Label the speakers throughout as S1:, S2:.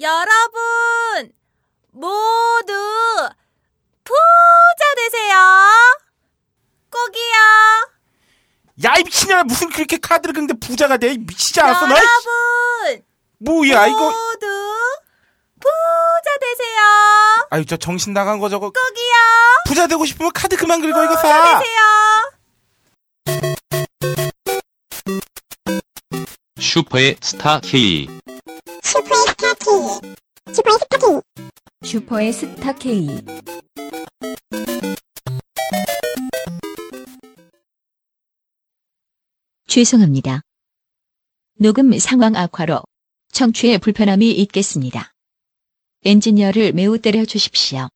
S1: 여러분, 모두 부자 되세요. 꼭이요.
S2: 야, 이 미친년아, 무슨 그렇게 카드를 근데 부자가 돼? 이 미치지 않았어, 너? 이씨.
S1: 여러분,
S2: 뭐야, 아, 이거.
S1: 모두 부자 되세요.
S2: 아유, 저 정신 나간 거 저거.
S1: 꼭이요.
S2: 부자 되고 싶으면 카드 그만 긁어, 이거
S1: 부자
S2: 사.
S1: 되세요.
S3: 슈퍼의 스타 K.
S4: 슈퍼의 스타 K. 죄송합니다. 녹음 상황 악화로 청취에 불편함이 있겠습니다. 엔지니어를 매우 때려 주십시오.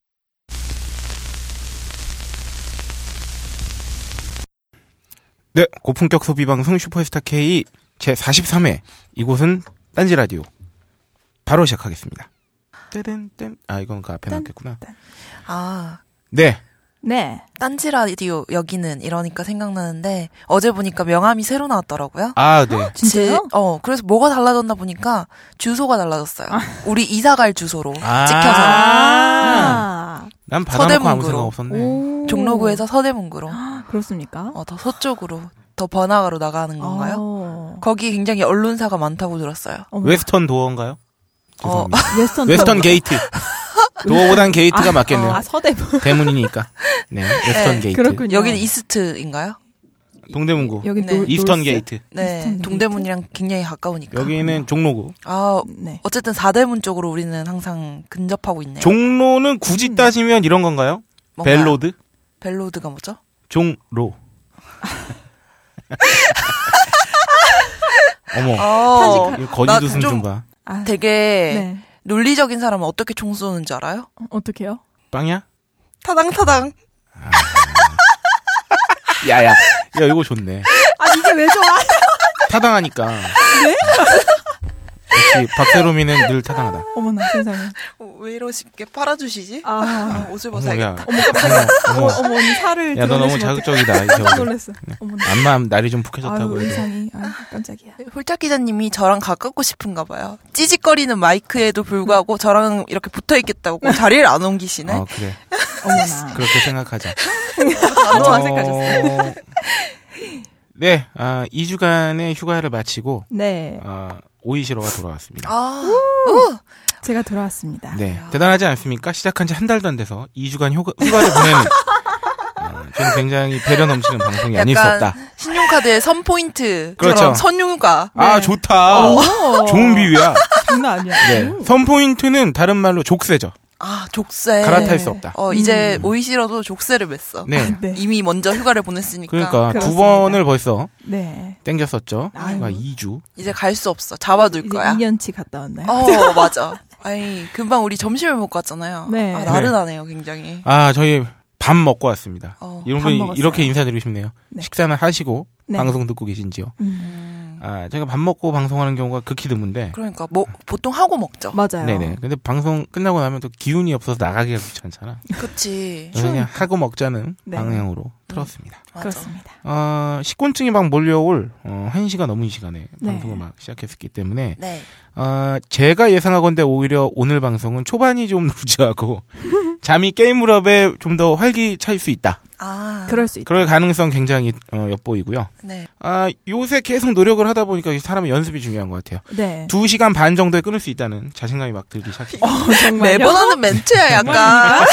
S2: 네, 고품격 소비 방송 슈퍼스타 K 제 43회. 이곳은 딴지 라디오. 바로 시작하겠습니다. 떼댄 아, 이건 그 앞에
S5: 딴-
S2: 놨겠구나.
S5: 아,
S2: 네.
S5: 네. 딴지 라디오 여기는 이러니까 생각나는데 어제 보니까 명함이 새로 나왔더라고요.
S2: 아, 네.
S5: 제- 어, 그래서 뭐가 달라졌나 보니까 주소가 달라졌어요. 우리 이사 갈 주소로
S2: 아.
S5: 찍혀서
S6: 아,
S2: 난 받아놓고 아무
S5: 서대문구로.
S2: 생각 없었네.
S6: 오.
S5: 종로구에서 서대문구로
S6: 그렇습니까?
S5: 어, 더 서쪽으로 더 번화가로 나가는 건가요?
S6: 어.
S5: 거기 굉장히 언론사가 많다고 들었어요.
S6: 어머,
S2: 웨스턴 도어인가요? 죄송합니다.
S6: 웨스턴
S2: 웨스턴
S6: 타운.
S2: 게이트. 도어보단 게이트가 맞겠네요.
S6: 아, 서대문.
S2: 대문이니까. 네, 웨스턴 게이트.
S6: 그렇군요.
S5: 여기는 이스트인가요?
S2: 동대문구.
S6: 여기
S5: 네.
S6: 노-
S2: 이스턴
S6: 노스?
S2: 게이트.
S5: 네.
S6: 이스트인데.
S5: 동대문이랑 굉장히 가까우니까.
S2: 여기는 종로구.
S5: 아,
S6: 네.
S5: 어쨌든 4대문 쪽으로 우리는 항상 근접하고 있네요.
S2: 종로는
S6: 음.
S2: 굳이 따지면 이런 건가요?
S5: 뭔가요?
S2: 벨로드?
S5: 벨로드가 뭐죠?
S2: 종로. 어머.
S5: 어,
S2: 이
S5: 나
S2: 거지도
S5: 좀-
S2: 숨좀 봐.
S6: 아,
S5: 되게
S6: 네.
S5: 논리적인 사람은 어떻게 총 쏘는 줄 알아요?
S6: 어, 어떡해요?
S2: 빵이야?
S5: 타당타당.
S2: 야야. 야, 이거 좋네.
S6: 아, 이게 왜 좋아? 네?
S2: 타당하니까. 역시 박세롬이는 늘 타당하다.
S6: 어머나, 세상에.
S5: 왜 이러시게 팔아주시지?
S6: 아,
S5: 옷을
S2: 어머, 야.
S5: 벗어야겠다.
S2: 어머, 어머.
S6: 어머, 언니 살을
S2: 야, 너 너무
S6: 드러내시면
S2: 자극적이다.
S6: 어떡해. 깜짝
S2: 이거.
S6: 놀랐어. 어머나.
S2: 안마 날이 좀
S6: 아유,
S2: 북해졌다고 해도.
S6: 의상이. 아, 깜짝이야.
S5: 홀짝 기자님이 저랑 가깝고 싶은가 봐요. 찌직거리는 마이크에도 불구하고 저랑 이렇게 붙어 있겠다고 자리를 안 옮기시네.
S2: 어, 그래.
S6: 어머나.
S2: 그렇게 생각하자.
S5: 너무
S2: 어,
S5: 어색하셨어요.
S2: 네, 아, 2주간의 휴가를 마치고,
S6: 네,
S2: 아, 오이시로가 돌아왔습니다.
S5: 아, 우!
S6: 제가 돌아왔습니다.
S2: 네, 대단하지 않습니까? 시작한 지 한 달도 안 돼서 2주간 휴가, 휴가를 보내는, 아, 저는 굉장히 배려 넘치는 방송이 아닐 수
S5: 약간 네.
S2: 없다.
S5: 신용카드의 선 포인트처럼
S2: 그렇죠.
S5: 선유가
S2: 아, 좋다.
S6: 오.
S2: 좋은 비유야.
S6: 어. 장난 아니야.
S2: 네. 선포인트는 다른 말로 족쇄죠.
S5: 아 족쇄.
S2: 갈아탈 수 없다.
S5: 어 이제 오이시라도 족쇄를 맸어.
S2: 네.
S6: 네.
S5: 이미 먼저 휴가를 보냈으니까
S2: 그러니까 두
S6: 그렇습니다.
S2: 번을 벌써
S6: 네.
S2: 땡겼었죠.
S6: 아유.
S2: 휴가 2주.
S5: 이제 갈 수 없어. 잡아둘
S6: 이제
S5: 거야.
S6: 2년치 갔다 왔나요?
S5: 어, 맞아. 아니, 금방 우리 점심을 먹고 왔잖아요.
S6: 네.
S5: 아, 나른하네요, 굉장히.
S2: 아, 저희 밥 먹고 왔습니다.
S5: 어,
S2: 이런
S6: 밥
S2: 분
S6: 먹었어요.
S2: 이렇게 인사드리고 싶네요.
S6: 네.
S2: 식사는 하시고
S6: 네.
S2: 방송 듣고 계신지요?
S6: 음.
S2: 아, 저희가 밥 먹고 방송하는 경우가 극히 드문데.
S5: 그러니까, 뭐, 보통 하고 먹죠.
S6: 맞아요.
S2: 네네. 근데 방송 끝나고 나면 또 기운이 없어서 나가기가 귀찮잖아.
S5: 그치.
S2: 그래서 그냥 하고 먹자는
S6: 네.
S2: 방향으로 틀었습니다.
S5: 맞아.
S6: 그렇습니다.
S2: 어, 식곤증이 막 몰려올 어, 1시가 넘은 시간에
S6: 네.
S2: 방송을 막 시작했었기 때문에
S5: 네.
S2: 어, 제가 예상하건데 오히려 오늘 방송은 초반이 좀 루즈하고 잠이 게임 무렵에 좀 더 활기 찰 수 있다.
S5: 아.
S6: 그럴 수 있다.
S2: 그럴 가능성 굉장히 어, 엿보이고요.
S5: 네.
S2: 아, 요새 계속 노력을 하다 보니까 사람의 연습이 중요한 것 같아요.
S6: 네.
S2: 두 시간 반 정도에 끊을 수 있다는 자신감이 막 들기 시작해요.
S5: 매번 하는 멘트야, 약간.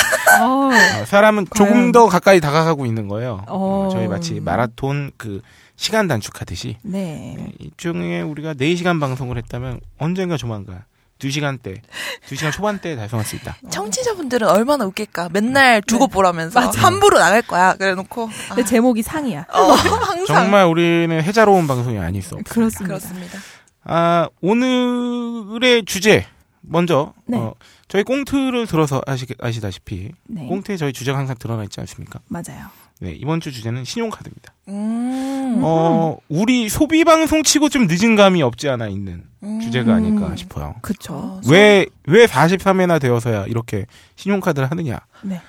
S6: 어.
S2: 어, 사람은 조금
S6: 과연.
S2: 더 가까이 다가가고 있는 거예요. 어,
S6: 어.
S2: 저희 마치 마라톤 그 시간 단축하듯이
S6: 네.
S2: 이 중에 우리가 4시간 방송을 했다면 언젠가 조만간 2시간 대 2시간 초반대에 달성할 수 있다.
S5: 청취자분들은 얼마나 웃길까. 맨날 두고 보라면서.
S6: 네. 맞아. 네.
S5: 함부로 나갈 거야. 그래 놓고. 아,
S6: 근데 제목이 상이야.
S5: 어, 항상.
S2: 정말 우리는 해자로운 방송이 아닐 수 없.
S6: 그렇습니다.
S5: 그렇습니다.
S2: 아, 오늘의 주제 먼저
S6: 네.
S2: 어, 저희 꽁트를 들어서 아시, 아시다시피
S6: 네.
S2: 꽁트에 저희 주제가 항상 드러나 있지 않습니까?
S6: 맞아요.
S2: 네, 이번 주 주제는 신용카드입니다.
S5: 음.
S2: 어, 우리 소비 방송 치고 좀 늦은 감이 없지 않아 있는
S5: 음.
S2: 주제가 아닐까 싶어요.
S6: 그쵸.
S5: 어,
S2: 왜, 왜 43회나 되어서야 이렇게 신용카드를 하느냐.
S6: 네.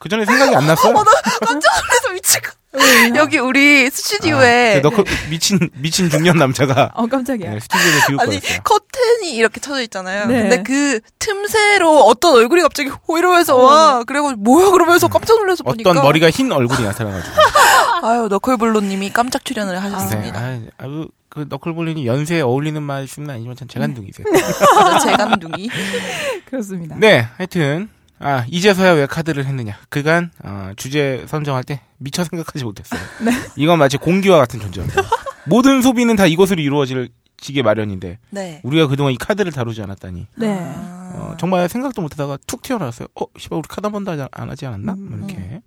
S2: 그 전에 생각이 안 났어요?
S5: 그래서 미칠 것 여기 우리 스튜디오에.
S2: 아, 너 그, 네, 미친, 미친 중년 남자가
S6: 어, 깜짝이야.
S2: 네, 스튜디오를 비울
S5: 아니
S2: 거였어요.
S5: 커튼 튼튼히 이렇게 쳐져 있잖아요.
S6: 네.
S5: 근데 그 틈새로 어떤 얼굴이 갑자기 호이러면서
S6: 어.
S5: 와 그리고 뭐야 그러면서 깜짝 놀라서 보니까
S2: 어떤 머리가 흰 얼굴이 나타나가지고.
S5: 아유 너클블로님이 깜짝 출연을
S2: 네.
S5: 하셨습니다.
S2: 아, 아유, 그 너클볼린이 연세에 어울리는 말씀은 아니지만 참
S5: 네.
S2: 재간둥이세요.
S5: 그래서 재간둥이.
S6: 그렇습니다.
S2: 네, 하여튼 아 이제서야 왜 카드를 했느냐. 그간 어, 주제 선정할 때 미처 생각하지 못했어요.
S6: 네.
S2: 이건 마치 공기와 같은 존재입니다. 모든 소비는 다 이것으로 이루어지게 마련인데
S5: 네. 아,
S2: 우리가 그동안 이 카드를 다루지 않았다니
S6: 네.
S2: 어, 정말 생각도 못하다가 툭 튀어나왔어요. 어, 씨발 우리 카드 한 번도 하지- 안 하지 않았나?
S6: 음.
S2: 이렇게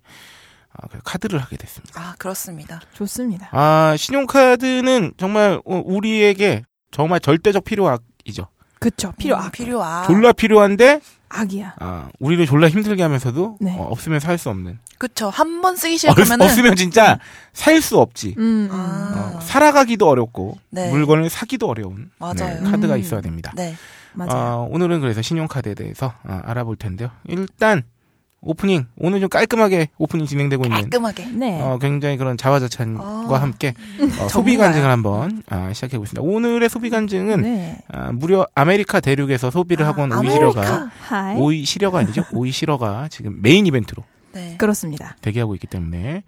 S2: 아, 그래서 카드를 하게 됐습니다.
S5: 아 그렇습니다.
S6: 좋습니다.
S2: 아 신용카드는 정말 어, 우리에게 정말 절대적 필요악이죠.
S6: 그쵸. 필요
S5: 음,
S6: 악,
S5: 필요하.
S2: 졸라 필요한데
S6: 악이야.
S2: 아, 우리를 졸라 힘들게 하면서도
S6: 네.
S2: 어, 없으면 살 수 없는.
S5: 그쵸. 한 번 쓰기
S2: 없-
S5: 시작하면은 음.
S2: 없으면 진짜 살 수 없지.
S6: 음. 음.
S5: 아.
S2: 어, 살아가기도 어렵고
S5: 네.
S2: 물건을 사기도 어려운
S5: 맞아요.
S2: 네, 카드가
S6: 음.
S2: 있어야 됩니다.
S5: 네.
S6: 맞아요.
S2: 어, 오늘은 그래서 신용카드에 대해서 아, 알아볼 텐데요. 일단 오프닝 오늘 좀 깔끔하게 오프닝 진행되고 있는
S5: 깔끔하게.
S6: 네.
S2: 어, 굉장히 그런 자화자찬과
S5: 어.
S2: 함께 어,
S5: 정말.
S2: 소비 간증을 한번 아, 시작해 보겠습니다. 오늘의 소비 간증은
S6: 네.
S2: 아, 무려 아메리카 대륙에서 소비를
S5: 아,
S2: 하고 온
S5: 아메리카.
S2: 오이시러가
S6: 하이.
S2: 오이시러가 아니죠? 오이시러가 지금 메인 이벤트로
S5: 네.
S6: 그렇습니다.
S2: 대기하고 있기 때문에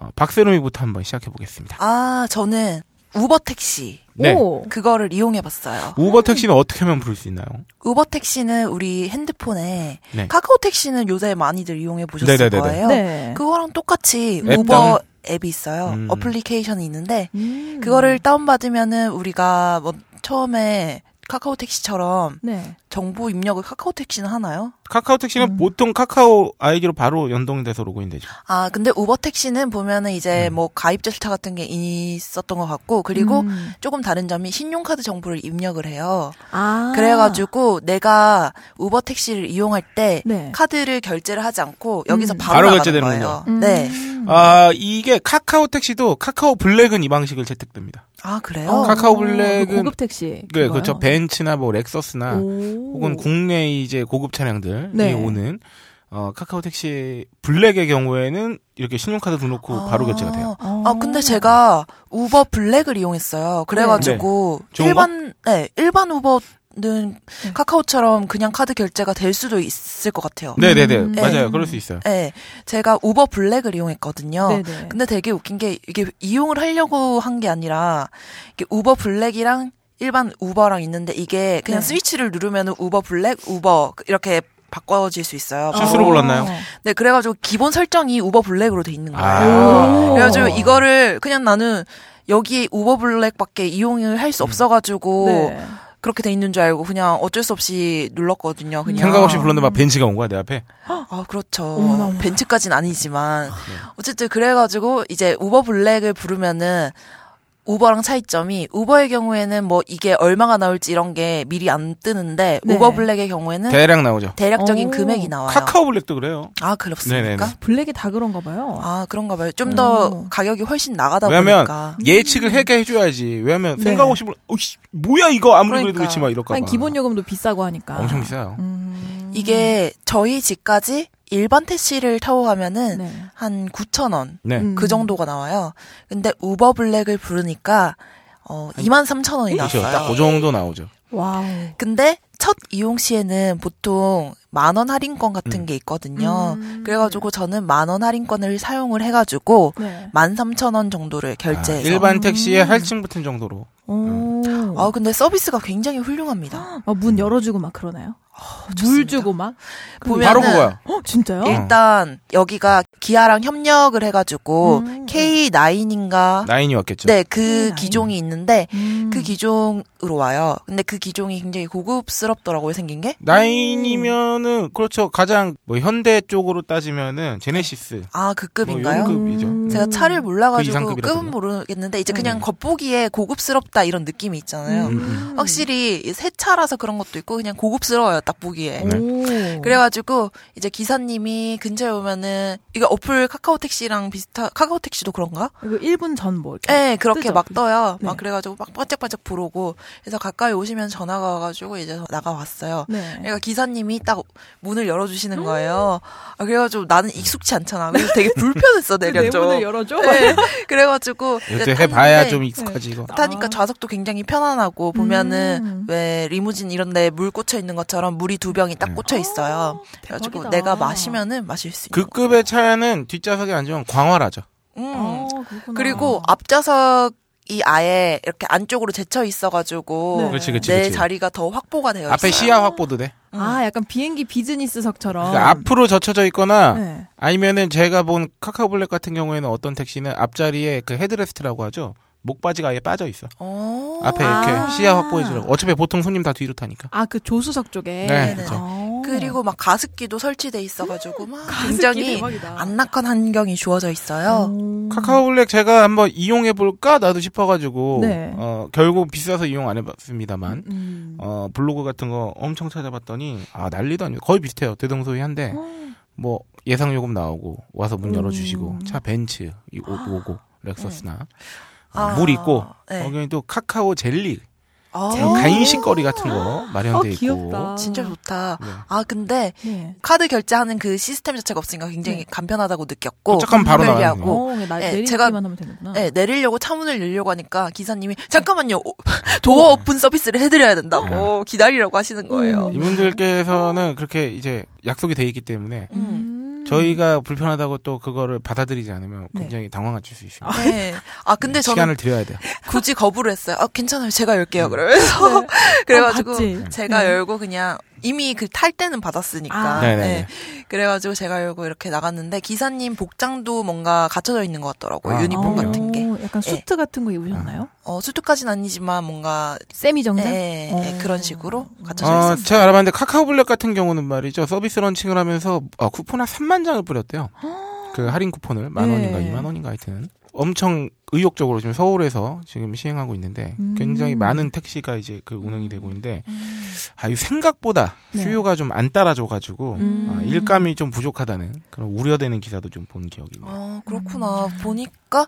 S2: 어, 박세롬이부터 한번 시작해 보겠습니다.
S5: 아 저는 우버 택시
S2: 네.
S6: 오.
S5: 그거를 이용해봤어요.
S2: 우버 택시는 어떻게 하면 부를 수 있나요?
S5: 우버 택시는 우리 핸드폰에
S2: 네.
S5: 카카오 택시는 요새 많이들 이용해 보셨을
S2: 네네네네.
S5: 거예요.
S6: 네.
S5: 그거랑 똑같이
S2: 앱
S5: 우버 앱이 있어요.
S2: 음.
S5: 어플리케이션이 있는데
S6: 음.
S5: 그거를 다운받으면은 우리가 뭐 처음에 카카오 택시처럼
S6: 네.
S5: 정보 입력을 카카오 택시는 하나요?
S2: 카카오 택시는
S6: 음.
S2: 보통 카카오 아이디로 바로 연동돼서 로그인 되죠.
S5: 아 근데 우버 택시는 보면은 이제
S2: 음.
S5: 뭐 가입 절차 같은 게 있었던 것 같고 그리고
S6: 음.
S5: 조금 다른 점이 신용카드 정보를 입력을 해요.
S6: 아.
S5: 그래가지고 내가 우버 택시를 이용할 때
S6: 네.
S5: 카드를 결제를 하지 않고 여기서
S6: 음.
S5: 바로,
S2: 바로
S5: 나가는
S2: 결제되는군요.
S5: 거예요.
S6: 음.
S5: 네.
S2: 아 이게 카카오 택시도 카카오 블랙은 이 방식을 채택됩니다.
S5: 아 그래요?
S6: 어,
S2: 카카오 블랙은-
S6: 고급 택시.
S2: 그
S6: 그거요?
S2: 그렇죠. 벤츠나 뭐 렉서스나
S6: 오.
S2: 혹은 국내 이제 고급 차량들이
S6: 네.
S2: 오는 어, 카카오 택시 블랙의 경우에는 이렇게 신용카드 등록후 바로
S5: 아.
S2: 결제가 돼요.
S6: 어.
S5: 아 근데 제가 우버 블랙을 이용했어요. 그래가지고
S2: 좋은
S5: 일반 네 일반 우버는
S6: 네.
S5: 카카오처럼 그냥 카드 결제가 될 수도 있을 것 같아요.
S2: 네네네
S6: 음.
S2: 맞아요.
S5: 네.
S2: 그럴 수 있어요.
S5: 네, 제가 우버 블랙을 이용했거든요.
S6: 네네.
S5: 근데 되게 웃긴 게 이게 이용을 하려고 한 게 아니라 이게 우버 블랙이랑 일반 우버랑 있는데 이게 그냥
S6: 네.
S5: 스위치를 누르면 우버 블랙, 우버 이렇게 바꿔질 수 있어요.
S2: 아, 스스로
S6: 어.
S2: 골랐나요?
S5: 네, 그래가지고 기본 설정이 우버 블랙으로 돼 있는 거예요.
S2: 아.
S5: 그래가지고 이거를 그냥 나는 여기 우버 블랙밖에 이용을 할
S2: 음.
S5: 수 없어가지고
S6: 네.
S5: 그렇게 돼 있는 줄 알고 그냥 어쩔 수 없이 눌렀거든요. 그냥
S2: 생각 없이 불렀는데 막 벤츠가 온 거야 내 앞에.
S5: 아, 그렇죠.
S6: 어머나, 어머나.
S5: 벤츠까진 아니지만.
S2: 네.
S5: 어쨌든 그래가지고 이제 우버 블랙을 부르면은 우버랑 차이점이 우버의 경우에는 뭐 이게 얼마가 나올지 이런 게 미리 안 뜨는데
S6: 네.
S5: 우버 블랙의 경우에는
S2: 대략 나오죠.
S5: 대략적인
S6: 오.
S5: 금액이 나와요.
S2: 카카오 블랙도 그래요.
S5: 아, 그렇습니까?
S2: 네네네.
S6: 블랙이 다 그런가 봐요.
S5: 아, 그런가 봐요. 좀 더
S6: 오.
S5: 가격이 훨씬 나가다
S2: 왜냐면
S5: 보니까.
S2: 예측을 해게 해줘야지. 왜냐면
S6: 네.
S2: 생각 없이 불러, 어이씨, 뭐야 이거 아무리 그래도
S5: 그러니까.
S2: 그렇지 막 이럴까 봐.
S6: 아니, 기본 요금도 비싸고 하니까.
S2: 엄청 비싸요.
S6: 음.
S5: 이게 저희 집까지 일반 택시를 타고 가면은
S6: 네.
S5: 한 9,000원
S2: 네.
S6: 음.
S5: 그 정도가 나와요. 근데 우버 블랙을 부르니까 어 23,000원이
S2: 그렇죠.
S5: 나와요.
S2: 딱그 정도 나오죠.
S6: 와우.
S5: 근데 첫 이용 시에는 보통 만 원 할인권 같은
S2: 음.
S5: 게 있거든요.
S6: 음.
S5: 그래가지고 저는 만 원 할인권을 사용을 해가지고
S6: 네.
S5: 13,000원 정도를 결제해서.
S2: 아, 일반 택시의 할증 붙은 정도로.
S6: 오.
S2: 음.
S5: 아, 근데 서비스가 굉장히 훌륭합니다.
S6: 아, 문 열어주고 막 그러나요? 어, 물
S5: 아, 좋습니다.
S6: 주고 막?
S5: 보면은
S2: 바로 그거야.
S6: 어, 진짜요?
S5: 예.
S2: 일-
S5: 일단 여기가 기아랑 협력을 해가지고
S6: 음.
S5: K9인가
S2: 나인이 왔겠죠.
S5: 네, 그
S6: K9.
S5: 기종이 있는데
S6: 음.
S5: 그 기종으로 와요. 근데 그 기종이 굉장히 고급스럽더라고요, 생긴 게.
S2: 나인이면은 그렇죠. 가장 뭐 현대 쪽으로 따지면은 제네시스.
S5: 아, 그 급인가요?
S2: 뭐 급이죠.
S6: 음.
S5: 제가 차를
S2: 그
S5: 몰라가지고
S2: 이상급이라든가.
S5: 급은 모르겠는데 이제 그냥
S2: 음.
S5: 겉보기에 고급스럽다 이런 느낌이 있잖아요.
S2: 음, 음.
S5: 확실히 이새 차라서 그런 것도 있고 그냥 고급스러워요 딱 보기에.
S2: 네.
S6: 오.
S5: 그래가지고 이제 기사님이 근처에 오면은 이거 어플 카카오 택시랑 비슷한 카카오 택시도 그런가?
S6: 이거 1분 전 뭐. 이렇게.
S5: 네 그렇게
S6: 뜨죠?
S5: 막 떠요. 막
S6: 네.
S5: 그래가지고 막 반짝반짝 부르고 그래서 가까이 오시면 전화가 와가지고 이제 나가 왔어요.
S6: 네. 음.
S5: 그러니까 기사님이 딱 문을 열어주시는 거예요. 아, 그래가지고 나는 익숙치 않잖아. 그래서 되게 불편했어 내려
S6: 내 문을
S5: 좀.
S6: 열어줘.
S5: 네, 그래가지고
S2: 이제
S5: 이제
S2: 해봐야
S5: 탔는데
S2: 좀 익숙하지 이거.
S5: 타니까
S6: 아.
S5: 좌석도 굉장히 편안하고 보면은
S6: 음.
S5: 왜 리무진 이런데 물 꽂혀 있는 것처럼 물이 두 병이 딱
S2: 네.
S5: 꽂혀 있어요.
S6: 아, 대박이다.
S5: 그래가지고 내가 마시면은 마실 수 있는.
S2: 그 급의 차는 뒷좌석에 앉으면 광활하죠.
S5: 음.
S6: 아, 그렇구나.
S5: 그리고 앞좌석이 아예 이렇게 안쪽으로 제쳐 있어가지고
S6: 네.
S2: 그렇지, 그렇지,
S5: 내
S2: 그렇지.
S5: 자리가 더 확보가 되어
S2: 앞에
S5: 있어요.
S2: 시야 확보도 돼.
S6: 아 약간 비행기 비즈니스석처럼.
S2: 그러니까 앞으로 젖혀져 있거나
S6: 네.
S2: 아니면은 제가 본 카카오블랙 같은 경우에는 어떤 택시는 앞자리에 그 헤드레스트라고 하죠. 목바지가 아예 빠져 있어.
S5: 어.
S2: 앞에
S6: 아.
S2: 이렇게 시야 확보해 주라고. 어차피 보통 손님 다 뒤로 타니까.
S6: 아그 조수석 쪽에.
S2: 네,
S5: 네네.
S2: 그렇죠.
S6: 아.
S5: 그리고 막 가습기도 설치돼 있어가지고 막
S6: 가습기
S5: 굉장히
S6: 아, 그 대박이다. 어.
S5: 안락한 환경이 주어져 있어요.
S6: 오.
S2: 카카오블랙 제가 한번 이용해 볼까 나도 싶어가지고
S6: 네.
S2: 어, 결국 비싸서 이용 안 해봤습니다만
S6: 음.
S2: 어, 블로그 같은 거 엄청 찾아봤더니 아 난리도 아니고 거의 비슷해요 대동소이한데
S6: 어?
S2: 뭐 예상 요금 나오고 와서 문 열어주시고
S6: 음.
S2: 차 벤츠 이- 오- 오고
S6: 네.
S2: 렉서스나
S5: 아,
S2: 물 있고
S5: 네.
S2: 거기는 또 카카오 젤리
S5: 아,
S2: 그런 간식거리 같은 거
S6: 아
S2: 마련돼 있고
S6: 귀엽다.
S5: 진짜 좋다.
S2: 네.
S5: 아 근데
S6: 네.
S5: 카드 결제하는 그 시스템 자체가 없으니까 굉장히
S6: 네.
S5: 간편하다고 느꼈고
S2: 잠깐 바로 나가는
S5: 편리하고.
S2: 거.
S6: 어, 나
S5: 네,
S6: 내리기만
S5: 제가-
S6: 하면 되는구나.
S5: 네, 내리려고 차문을 열려고 하니까 기사님이
S6: 네.
S5: 잠깐만요 오- 도어 오픈 서비스를 해드려야
S2: 네.
S5: 된다고 기다리라고 하시는
S6: 음.
S5: 거예요.
S2: 이분들께서는 그렇게 이제 약속이 돼 있기 때문에
S5: 음.
S6: 음.
S2: 저희가 불편하다고 또 그거를 받아들이지 않으면
S6: 네.
S2: 굉장히 당황하실 수 있습니다.
S5: 네. 아 근데 저는
S2: 시간을 음. 드려야 돼요.
S5: 굳이 거부를 했어요. 아 괜찮아요, 제가 열게요. 그러면서 그래가지고
S6: 아,
S2: 음.
S6: 봤지?
S5: 제가
S6: 네.
S5: 열고 그냥 이미 그 탈 때는 받았으니까.
S6: 아.
S2: 네네네.
S5: 네. 그래가지고 제가 열고 이렇게 나갔는데 기사님 복장도 뭔가 갖춰져 있는 것 같더라고요.
S2: 아,
S5: 유니폼
S2: 그럼요.
S5: 같은 게.
S6: 어, 약간
S2: 예.
S6: 수트 같은 거 입으셨나요?
S5: 어 수트까지는 아니지만 뭔가
S6: 세미 정장?
S5: 예, 예,
S6: 어.
S5: 그런 식으로 갖춰져
S2: 어,
S5: 있었어요.
S2: 제가 알아봤는데 카카오블랙 같은 경우는 말이죠 서비스 런칭을 하면서 아, 쿠폰 한 3만 장을 뿌렸대요. 그 할인 쿠폰을 만
S6: 네.
S2: 원인가 2만 원인가 하여튼 엄청 의욕적으로 지금 서울에서 지금 시행하고 있는데
S6: 음.
S2: 굉장히 많은 택시가 이제 그 운행이 되고 있는데 아, 이 생각보다
S6: 네.
S2: 수요가 좀 안 따라줘가지고
S6: 음.
S2: 아, 일감이 좀 부족하다는 그런 우려되는 기사도 좀 본 기억이 나요.
S5: 어 그렇구나.
S6: 음.
S5: 보니까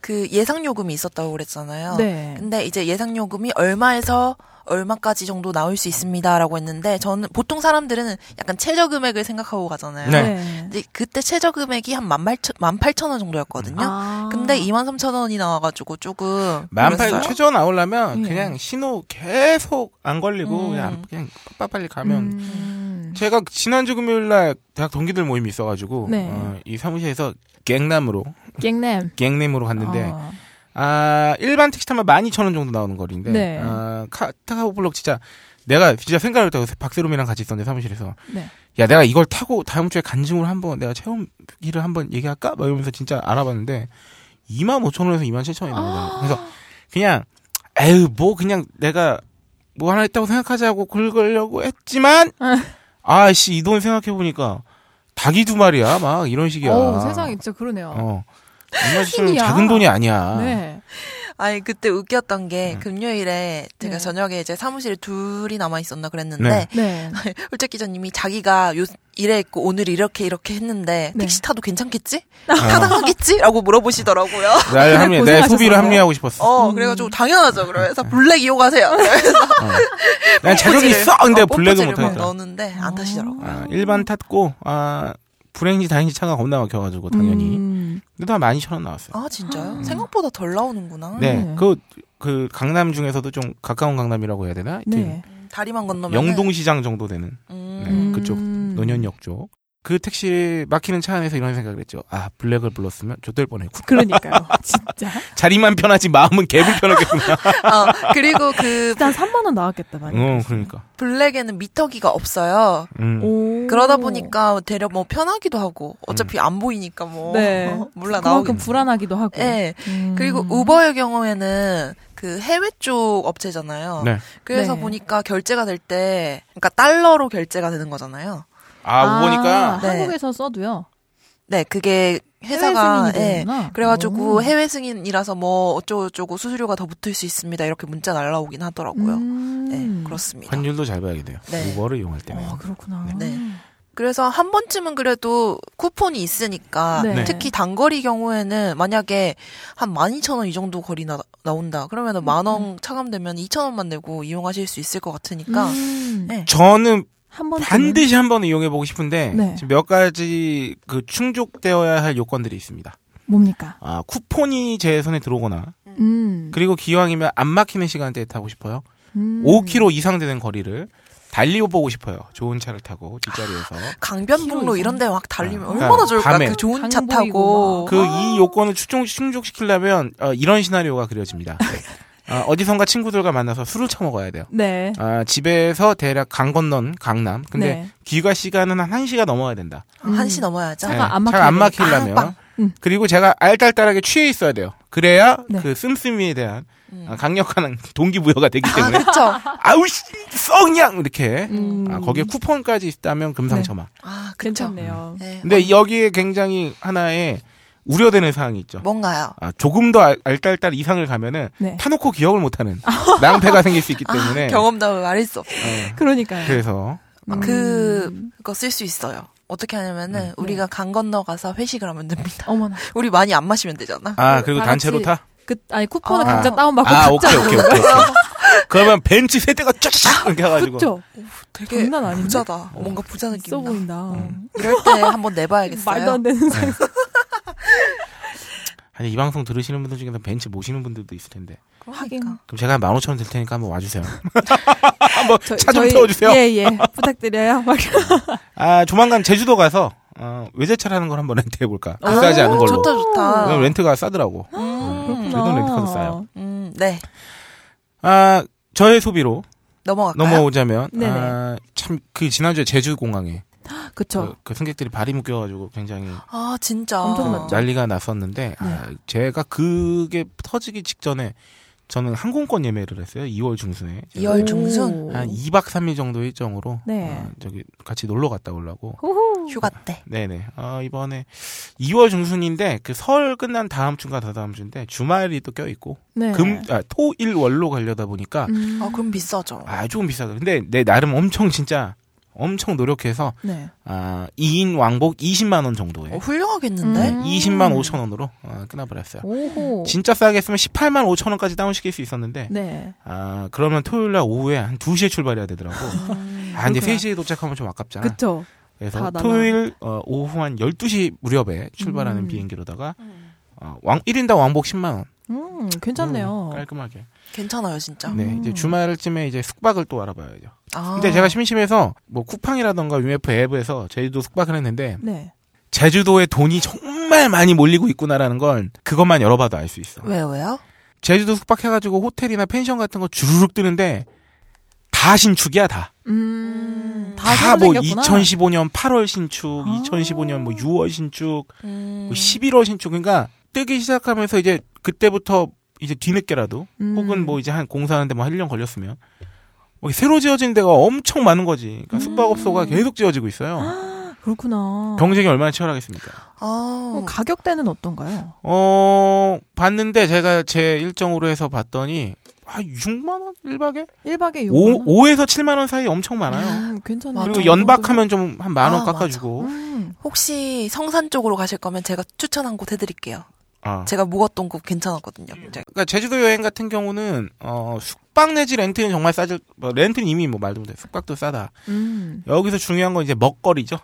S5: 그 예상 요금이 있었다고 그랬잖아요.
S6: 네.
S5: 근데 이제 예상 요금이 얼마에서 얼마까지 정도 나올 수 있습니다라고 했는데 저는 보통 사람들은 약간 최저 금액을 생각하고 가잖아요.
S2: 네.
S5: 근데 그때 최저 금액이 한 18,000원 정도였거든요.
S6: 아.
S5: 근데 23,000원이 나와가지고 조금.
S2: 만팔
S5: 그랬어요.
S2: 최저 나오려면
S6: 예.
S2: 그냥 신호 계속 안 걸리고
S5: 음.
S2: 그냥 그냥 빨리빨리 가면
S6: 음.
S2: 제가 지난주 금요일 날 대학 동기들 모임이 있어가지고
S6: 네.
S2: 어, 이 사무실에서 갱남으로
S6: 갱냄.
S2: 갱남으로
S5: 아.
S2: 갔는데
S6: 어.
S2: 아 일반 택시 타면 12,000원 정도 나오는 거리인데
S6: 네.
S2: 아, 카카오 블록 진짜 내가 진짜 생각을 했다고 박세롬이랑 같이 있었는데 사무실에서
S6: 네.
S2: 야 내가 이걸 타고 다음 주에 간증으로 한번 내가 체험기를 한번 얘기할까 막 이러면서 진짜 알아봤는데 25,000원에서 27,000원이
S6: 아.
S2: 나온다 그래서 그냥 에휴 뭐 그냥 내가 뭐 하나 했다고 생각하자고 긁으려고 했지만
S6: 아.
S2: 아씨 이 돈 생각해 보니까 닭이 두 마리야 막 이런 식이야
S6: 어우, 세상에 진짜 그러네요.
S2: 아. 어. 정말 실은
S6: 신이야.
S2: 작은 돈이 아니야.
S6: 네.
S5: 아니, 그때 웃겼던 게
S2: 음.
S5: 금요일에 제가
S6: 네.
S5: 저녁에 이제 사무실에 둘이 남아 있었나
S2: 네.
S5: 그랬는데.
S6: 네.
S5: 홀짝 기자님이 자기가 요 일에 있고 오늘 이렇게 이렇게 했는데
S6: 네.
S5: 택시 타도 괜찮겠지?
S2: 아.
S5: 타당하겠지? 라고 물어보시더라고요.
S2: 날 합리, 내
S6: 고생하셨어요.
S2: 소비를 합리하고 싶었어.
S5: 어, 그래가지고 당연하죠. 그러면서 블랙 이용하세요
S2: 난 아, 자격이 있어! 근데 블랙은 못하겠더라.
S5: 넣었는데 안 타시더라고요.
S2: 아, 일반 탔고, 아, 불행지 다행지 차가 겁나 막혀가지고, 당연히.
S6: 음.
S2: 근데 한 12,000원 나왔어요.
S5: 아, 진짜요? 생각보다 덜 나오는구나.
S2: 네.
S6: 네.
S2: 그, 그, 강남 중에서도 좀 가까운 강남이라고 해야 되나?
S6: 네.
S5: 다리만 건너면.
S2: 영동시장 정도 되는 네,
S5: 음.
S2: 그쪽
S6: 음.
S2: 논현역 쪽. 그 택시 막히는 차 안에서 이런 생각을 했죠. 아, 블랙을 불렀으면 좆될 뻔했구나.
S6: 그러니까요. 진짜.
S2: 자리만 편하지 마음은
S6: 어,
S2: 개불편하겠구나.
S5: 아, 그리고 그
S6: 일단 3만 원 나왔겠다 만약.
S2: 어, 그러니까.
S5: 블랙에는 미터기가 없어요.
S2: 음.
S6: 오.
S5: 그러다 보니까 되려 뭐 편하기도 하고
S2: 음.
S5: 어차피 안 보이니까 뭐
S6: 네.
S5: 몰라
S6: 그만큼
S5: 나오긴.
S6: 불안하기도 하고.
S5: 예.
S6: 음.
S5: 그리고 우버의 경우에는 그 해외 쪽 업체잖아요.
S2: 네.
S5: 그래서
S6: 네.
S5: 보니까 결제가 될 때 그러니까 달러로 결제가 되는 거잖아요.
S2: 아, 우보니까
S5: 네.
S6: 한국에서 써도요.
S5: 네, 그게 회사가
S6: 해외 승인이
S5: 예.
S6: 되는구나.
S5: 그래가지고
S6: 오.
S5: 해외 승인이라서 뭐 어쩌고저쩌고 수수료가 더 붙을 수 있습니다. 이렇게 문자 날라오긴 하더라고요.
S6: 음.
S5: 네, 그렇습니다.
S2: 환율도 잘 봐야 돼요.
S5: 네.
S2: 우버를 이용할 때는.
S6: 어, 그렇구나.
S5: 네. 그래서 한 번쯤은 그래도 쿠폰이 있으니까
S6: 네.
S5: 특히 단거리 경우에는 만약에 한 12,000원 이 정도 거리 나, 나온다. 그러면은 만원 차감되면 2,000원만 내고 이용하실 수 있을 것 같으니까
S6: 음.
S5: 네.
S2: 저는
S6: 한 번.
S2: 반드시 한번 이용해 보고 싶은데
S6: 네.
S2: 지금 몇 가지 그 충족되어야 할 요건들이 있습니다.
S6: 뭡니까?
S2: 아 쿠폰이 제 손에 들어오거나
S6: 음.
S2: 그리고 기왕이면 안 막히는 시간대에 타고 싶어요.
S6: 음.
S2: 5km 이상 되는 거리를 달리보고 싶어요. 좋은 차를 타고 뒷자리에서
S6: 아.
S5: 강변북로
S6: 키로
S5: 이런 데 막 달리면
S2: 아,
S5: 얼마나
S2: 그러니까
S5: 좋을까?
S2: 밤에.
S5: 그 좋은 차
S6: 강보이고
S5: 타고
S6: 막.
S2: 그 이 요건을 충족, 충족시키려면 어, 이런 시나리오가 그려집니다. 아, 어디선가 친구들과 만나서 술을 처먹어야 돼요.
S6: 네.
S2: 아, 집에서 대략 강 건넌 강남. 근데
S6: 네.
S2: 귀가 시간은 한 1시가 넘어야 된다.
S6: 음.
S5: 한시 넘어야죠.
S6: 차가 안
S2: 네, 잘안
S6: 막히게
S2: 막히려면.
S5: 빵빵.
S6: 음.
S2: 그리고 제가 알딸딸하게 취해 있어야 돼요. 그래야
S6: 네. 음.
S2: 그 씀씀이에 대한 아, 강력한 동기부여가 되기
S6: 아.
S2: 때문에
S5: 그쵸
S2: 아우 씨 썩냥 이렇게
S6: 음. 네.
S2: 아, 거기에 쿠폰까지 있다면 금상첨화.
S5: 아, 그렇죠.
S6: 괜찮네요.
S5: 네.
S2: 근데 여기에 굉장히 하나의 우려되는 사항이 있죠.
S5: 뭔가요?
S2: 아, 조금 더 알- 알딸딸 이상을 가면은
S6: 뭐? 네. 아.
S2: 타놓고 기억을 못하는 낭패가 생길 수 있기 때문에
S5: 아, 경험담을 말할 수 없어.
S2: 어,
S6: 그러니까요.
S2: 그래서 음.
S5: 아,
S6: 음.
S5: 그 그거 쓸 수 있어요. 어떻게
S6: 네.
S5: 하냐면은 우리가 강 건너 가서 회식을 하면 됩니다.
S6: 어머나.
S5: 우리 많이 안 마시면 되잖아.
S2: 아
S6: 그
S2: 그리고
S6: 다
S2: 단체로
S6: 같이
S2: 타.
S6: 그 아니 쿠폰을
S5: 아.
S6: 각자 그 다운 받고
S2: 아
S6: 각자
S2: 오케이 오케이 오케이. 오케이. 그러면 벤츠 세 대가 쫙쫙 이렇게 해가지고
S6: 그죠?
S5: 되게
S6: 장난 아닌데?
S5: 부자다. 뭔가 부자
S6: 있어
S5: 느낌. 나.
S6: 보인다.
S2: 음.
S5: 이럴 때 한번 내봐야겠어요. 그러니까.
S6: 말도 안
S2: 네.
S6: 되는 상황.
S2: 아니 이 방송 들으시는 분들 중에서 벤츠 모시는 분들도 있을 텐데.
S5: 하긴.
S2: 그럼 제가 한 15,000원 될 테니까 한번 와주세요. 한번
S6: 저-
S2: 차 좀
S6: 저희-
S2: 태워주세요.
S6: 예, 예. 부탁드려요. 막
S2: 아 조만간 제주도 가서 어, 외제차라는 걸 한번 렌트해볼까.
S6: 아.
S2: 싸지 않은 걸로.
S5: 아, 좋다 좋다.
S2: 왜냐면 렌트가 싸더라고.
S5: 음,
S2: 제주도 렌트카도 싸요.
S5: 음, 네
S2: 아 저의 소비로
S5: 넘어갈까요?
S2: 넘어오자면
S6: 아, 네네.
S2: 아, 참 그 지난주에 제주 공항에
S6: 그쵸.
S2: 그, 그 승객들이 발이 묶여가지고 굉장히
S5: 아 진짜.
S6: 엄청
S2: 그 난리가 났었는데 아,
S6: 네.
S2: 제가 그게 터지기 직전에 저는 항공권 예매를 했어요. 2월 중순에 제가
S5: 2월 중순
S6: 오.
S2: 한 2박 3일 정도 일정으로
S6: 네. 어?
S2: 아, 저기 같이 놀러 갔다 오려고.
S6: 호호.
S5: 휴가 때.
S2: 네네. 아, 이번에 2월 중순인데 그 설 끝난 다음 주인가 다다음 주인데 주말이 또 껴있고
S6: 네.
S2: 금, 아, 토, 일, 월로 가려다 보니까
S6: 음.
S5: 아 그럼 비싸죠.
S2: 아, 조금 비싸다. 근데 내 나름 엄청 진짜 엄청 노력해서
S6: 네.
S2: 아, 2인 왕복 20만원 정도에
S5: 어, 훌륭하겠는데.
S6: 음.
S2: 20만 5천 원으로 어, 끊어버렸어요.
S6: 오호.
S2: 진짜 싸게 했으면 18만 5천 원까지 다운시킬 수 있었는데
S6: 네.
S2: 아 그러면 토요일 날 오후에 한 2시에 출발해야 되더라고. 아 근데 3시에 도착하면 좀 아깝잖아.
S6: 그쵸. 다
S2: 그래서
S6: 남아.
S2: 토요일 어, 오후 한 12시 무렵에 출발하는
S6: 음.
S2: 비행기로다가 어, 왕 1인당 왕복 10만 원.
S6: 음, 괜찮네요. 어.
S2: 음, 깔끔하게.
S5: 괜찮아요 진짜.
S2: 네, 이제 주말쯤에 이제 숙박을 또 알아봐야죠.
S5: 아.
S2: 근데 제가 심심해서 뭐 쿠팡이라던가 UF 앱에서 제주도 숙박을 했는데
S6: 네.
S2: 제주도에 돈이 정말 많이 몰리고 있구나라는 건 그것만 열어봐도 알 수 있어.
S5: 왜요 왜요?
S2: 제주도 숙박해가지고 호텔이나 펜션 같은 거 주르륵 뜨는데 다 신축이야 다.
S6: 음. 다
S2: 다 뭐
S6: 생겼구나.
S2: 2015년 8월 신축,
S6: 아.
S2: 2015년 뭐 6월 신축,
S5: 음.
S2: 뭐 11월 신축. 그러니까 뜨기 시작하면서 이제 그때부터 이제 뒤늦게라도
S6: 음.
S2: 혹은 뭐 이제 한 공사하는데 뭐 한 1년 걸렸으면 뭐 새로 지어진 데가 엄청 많은 거지. 그러니까 숙박업소가 계속 지어지고 있어요.
S6: 그렇구나.
S2: 경쟁이 얼마나 치열하겠습니까?
S5: 아.
S6: 어, 가격대는 어떤가요?
S2: 어, 봤는데 제가 제 일정으로 해서 봤더니 아 6만 원 1박에?
S6: 1박에 6만 원.
S2: 5, 5에서 7만 원 사이 엄청 많아요.
S6: 음, 괜찮네요.
S5: 맞아.
S2: 그리고 연박하면 좀 한 만 원
S5: 아,
S2: 깎아주고.
S6: 음.
S5: 혹시 성산 쪽으로 가실 거면 제가 추천한 곳 해드릴게요.
S2: 아.
S5: 제가 묵었던 곳 괜찮았거든요.
S6: 음.
S5: 제가.
S2: 그러니까 제주도 여행 같은 경우는 어, 숙박 내지 렌트는 정말 싸질 뭐, 렌트는 이미 뭐 말도 못해 숙박도 싸다.
S6: 음.
S2: 여기서 중요한 건 이제 먹거리죠.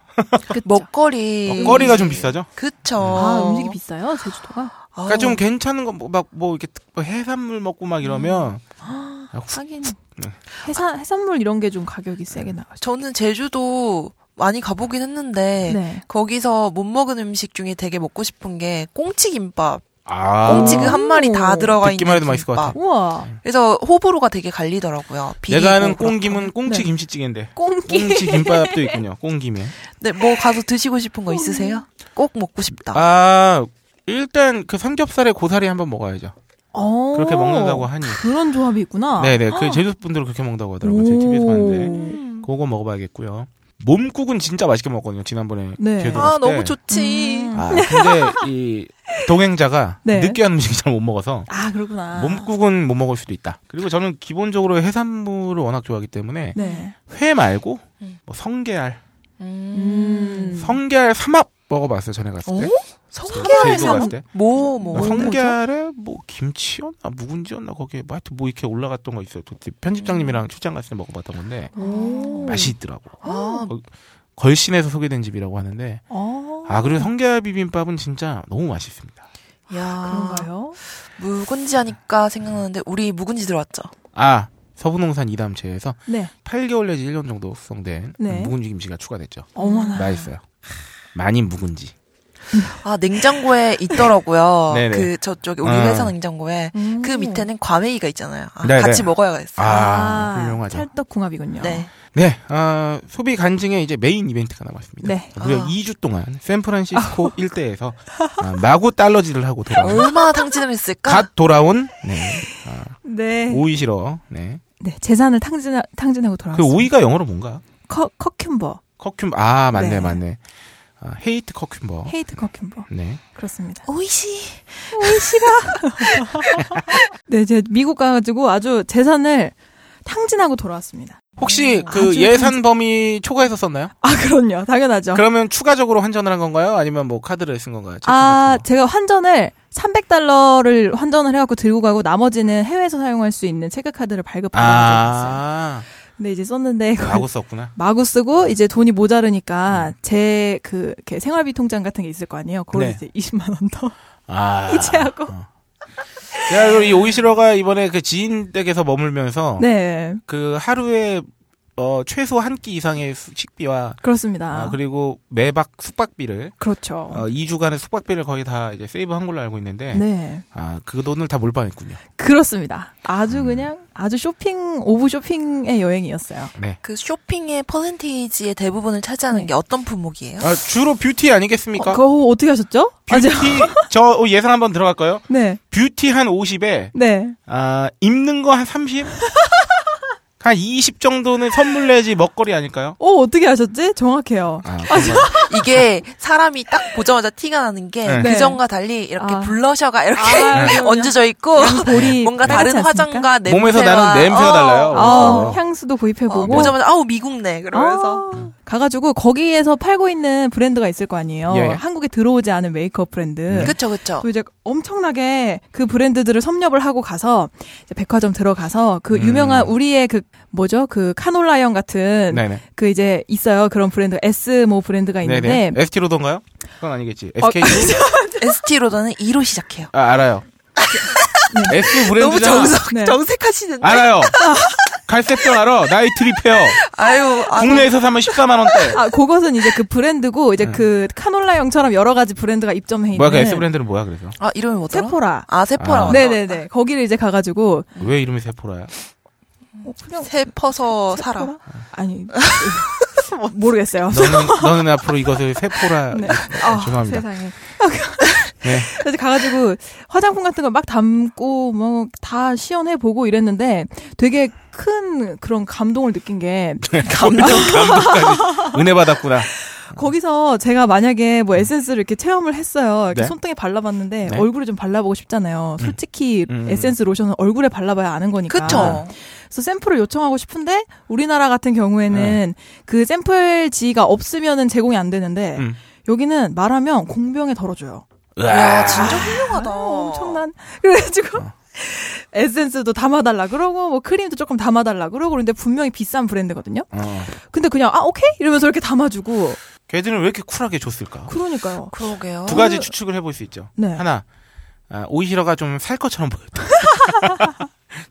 S6: 그쵸.
S5: 먹거리.
S2: 먹거리가 좀 비싸죠.
S5: 그쵸.
S6: 아, 음식이 비싸요? 제주도가?
S5: 어.
S2: 그러니까 좀 괜찮은 거 막 뭐 이렇게 특- 뭐 해산물 먹고 막
S5: 음.
S2: 이러면 아,
S6: 하긴.
S2: 네.
S6: 해산, 해산물 이런 게 좀 가격이 세게 나가죠.
S5: 저는 제주도 많이 가보긴 했는데
S6: 네.
S5: 거기서 못 먹은 음식 중에 되게 먹고 싶은 게 꽁치 김밥.
S2: 아
S5: 꽁치 그 한 마리 다
S6: 오.
S5: 들어가 있는
S2: 듣기만 해도 맛있을 것
S5: 김밥.
S2: 같아.
S6: 우와.
S5: 그래서 호불호가 되게 갈리더라고요. 비리고
S2: 내가 아는
S5: 그렇다고.
S2: 꽁김은 꽁치
S6: 네.
S2: 김치찌개인데
S6: 꽁기.
S2: 꽁치 김밥도 있군요. 꽁김에.
S5: 네, 뭐 가서 드시고 싶은 거 있으세요? 꼭 먹고 싶다.
S2: 아 일단 그 삼겹살에 고사리 한번 먹어야죠.
S6: 어.
S2: 그렇게 먹는다고 하니. 네,
S6: 그런
S5: 아.
S6: 조합이 있구나.
S2: 네네 그 제주 분들은 그렇게 먹는다고 하더라고요. 제 TV에서 봤는데.
S6: 오.
S2: 그거 먹어봐야겠고요. 몸국은 진짜 맛있게 먹었거든요. 지난번에
S6: 네.
S2: 제주도
S5: 아
S2: 갔을
S5: 너무
S2: 때.
S5: 좋지.
S6: 음.
S2: 아, 근데 이 동행자가
S6: 네.
S2: 느끼한 음식이 잘 못 먹어서
S6: 아 그렇구나.
S2: 몸국은 못 먹을 수도 있다. 그리고 저는 기본적으로 해산물을 워낙 좋아하기 때문에
S6: 네.
S2: 회 말고
S5: 음.
S2: 뭐 성게알,
S6: 음.
S2: 성게알 삼합 먹어봤어요. 전에 갔을 때.
S5: 성게알
S2: 제주도 갔을
S5: 삼.
S2: 때. 아,
S5: 뭐 뭐.
S2: 성게알에 뭐 김치였나 묵은지였나 거기에 뭐 하여튼 뭐 이렇게 올라갔던 거 있어요. 도대체 편집장님이랑 출장 갔을 때 먹어봤던 건데
S6: 음. 오.
S2: 맛이 있더라고.
S5: 아,
S2: 걸신에서 소개된 집이라고 하는데
S6: 어.
S2: 아 그리고 성게알 비빔밥은 진짜 너무 맛있습니다.
S5: 야.
S6: 그런가요?
S5: 묵은지 하니까 생각나는데 우리 묵은지 들어왔죠.
S2: 아 서부농산 이담채에서
S6: 네.
S2: 8개월 내지 1년 정도 숙성된
S6: 네. 아.
S2: 묵은지 김치가 추가됐죠.
S6: 어머나.
S2: 맛있어요. 많이 묵은지.
S5: 아 냉장고에 있더라고요.
S2: 네네.
S5: 그 저쪽에 우리
S2: 아.
S5: 회사 냉장고에
S6: 음.
S5: 그 밑에는 과메기가 있잖아요. 아,
S2: 네네.
S5: 같이 먹어야겠어요.
S2: 아, 훌륭하죠.
S6: 찰떡궁합이군요.
S5: 네.
S2: 네, 아, 소비 간증의 이제 메인 이벤트가 남았습니다.
S6: 네.
S2: 무려
S5: 아.
S2: 2주 동안 샌프란시스코 일대에서 아, 마구 달러지를 하고 돌아온
S5: 얼마나 탕진을 했을까?
S2: 갓 돌아온 네,
S6: 네.
S2: 오이 싫어. 네.
S6: 네, 재산을 탕진 탕진하고
S2: 그
S6: 돌아왔어요.
S2: 오이가 영어로 뭔가?
S6: 커 커큐ම්버,
S2: 커큐 아 맞네
S6: 네.
S2: 맞네. 아, 헤이트 커큐버.
S6: 헤이트 커큐ම්버.
S2: 네.
S5: 어?
S6: 그렇습니다.
S5: 오이시.
S6: 네, 제가 미국 가가지고 아주 재산을 탕진하고 돌아왔습니다.
S2: 혹시
S6: 음,
S2: 그
S6: 아주 어.
S2: 예산 범위 초과해서 썼나요?
S6: 아, 그럼요, 당연하죠.
S2: 그러면 추가적으로 환전을 한 건가요? 아니면 뭐 카드를 쓴 건가요? 채팅
S6: 아,
S2: 같은 거.
S6: 제가 환전을 300달러를 환전을 해갖고 들고 가고 나머지는 해외에서 사용할 수 있는 체크카드를 발급받은 적이 있어요.
S2: 아,
S6: 근데 아, 이제 썼는데 그걸
S2: 마구 썼구나.
S6: 마구 쓰고 이제 돈이 모자르니까 제 그 이렇게 생활비 통장 같은 게 있을 거 아니에요. 그걸
S2: 음. 네.
S6: 이제 20만 원 더.
S2: 아.
S6: 이제 하고.
S2: 어. 제가 그이 오이시러가 이번에 그 지인 댁에서 머물면서
S6: 네,
S2: 그 하루에 어, 최소 한 끼 이상의 수- 식비와
S6: 그렇습니다.
S2: 아, 그리고 매박 숙박비를
S6: 그렇죠.
S2: 어, 2주간의 숙박비를 거의 다 이제 세이브한 걸로 알고 있는데
S6: 네.
S2: 아, 그 돈을 다 몰빵했군요.
S6: 그렇습니다.
S2: 음.
S6: 아주 그냥 아주 쇼핑 오브 쇼핑의 여행이었어요.
S2: 네.
S5: 그 쇼핑의 퍼센테이지의 대부분을 차지하는
S6: 네.
S5: 게 어떤 품목이에요?
S2: 아, 주로 뷰티 아니겠습니까?
S6: 어, 그거 어떻게 하셨죠? 아,
S2: 뷰티
S6: 저-
S2: 저 어, 예상 한번 들어갈까요?
S6: 네,
S2: 뷰티 한 50에
S6: 네.
S2: 아, 입는 거 한 30? 한 20 정도는 선물 내지 먹거리 아닐까요?
S6: 어 어떻게 하셨지? 정확해요.
S2: 아, 정말.
S5: 이게 사람이 딱 보자마자 티가 나는 게
S2: 네.
S5: 그전과 달리 이렇게
S6: 아.
S5: 블러셔가 이렇게
S6: 아, 그럼요.
S5: 얹어져 있고
S6: 볼이
S5: 뭔가
S6: 빨갛지
S5: 다른
S6: 않습니까?
S5: 화장과 냄새와
S2: 몸에서 나는 냄새가
S5: 어,
S2: 달라요.
S5: 어,
S6: 아,
S2: 어.
S6: 향수도 구입해보고
S5: 보자마자 아우 미국네 그러면서
S6: 아, 가가지고 거기에서 팔고 있는 브랜드가 있을 거 아니에요.
S2: 예, 음. 예.
S6: 한국에 들어오지 않은 메이크업 브랜드.
S5: 그쵸 그쵸
S6: 또 이제 엄청나게 그 브랜드들을 섭렵을 하고 가서 이제 백화점 들어가서 그
S2: 음.
S6: 유명한 우리의 그 뭐죠 그 카놀라형 같은
S2: 네네.
S6: 그 이제 있어요 그런 브랜드 S 뭐 브랜드가 있는데
S2: 네네. ST로던가요? 그건 아니겠지.
S6: 어,
S2: SK.
S5: ST로더는 2로 시작해요
S2: 아, 알아요. S
S5: 너무
S2: 브랜드잖아.
S5: 정석
S6: 네.
S5: 정색하시는데
S2: 알아요. 갈색병 알아. 나이트 리페어.
S5: 아유 아,
S2: 국내에서 사면 14만 원대.
S6: 아, 그것은 이제 그 브랜드고 이제
S2: 네.
S6: 그 카놀라형처럼 여러 가지 브랜드가 입점해 있는
S2: 뭐야 그 S 브랜드는 뭐야 그래서?
S5: 아 이름이 뭐더라
S6: 세포라.
S5: 아 세포라
S2: 아.
S5: 맞아.
S6: 네네네. 거기를 이제 가가지고
S2: 왜 이름이 세포라야?
S5: 어, 세퍼서 살아
S6: 세포라? 아니 모르겠어요.
S2: 너는 너는 앞으로 이것을 세포라.
S6: 아, 네. 아,
S2: 죄송합니다.
S6: 세상에.
S2: 네.
S6: 그래서 가가지고 화장품 같은 거 막 담고 뭐 다 시연해 보고 이랬는데 되게 큰 그런 감동을 느낀 게
S2: 네. 감독 감독까지 은혜 받았구나.
S6: 거기서 제가 만약에 뭐 에센스를 이렇게 체험을 했어요.
S2: 음.
S6: 이렇게
S2: 네.
S6: 손등에 발라봤는데
S2: 네.
S6: 얼굴에 좀 발라보고 싶잖아요.
S2: 음.
S6: 솔직히
S2: 음.
S6: 에센스 로션은 얼굴에 발라봐야 아는 거니까.
S5: 그쵸
S6: 그래서 샘플을 요청하고 싶은데 우리나라 같은 경우에는
S2: 네.
S6: 그 샘플지가 없으면은 제공이 안 되는데
S2: 음.
S6: 여기는 말하면 공병에 덜어줘요.
S5: 야
S2: 으아.
S5: 진짜 훌륭하다
S6: 어,
S2: 어.
S6: 엄청난. 그래가지고 에센스도 담아달라 그러고 뭐 크림도 조금 담아달라 그러고 그런데 분명히 비싼 브랜드거든요.
S2: 어.
S6: 근데 그냥 아 오케이 이러면서 이렇게 담아주고
S2: 걔들은 왜 이렇게 쿨하게 줬을까?
S6: 그러니까요.
S5: 그러게요
S2: 두 가지 추측을 해볼 수 있죠.
S6: 네.
S2: 하나, 아, 오이시러가 좀 살 것처럼 보였다.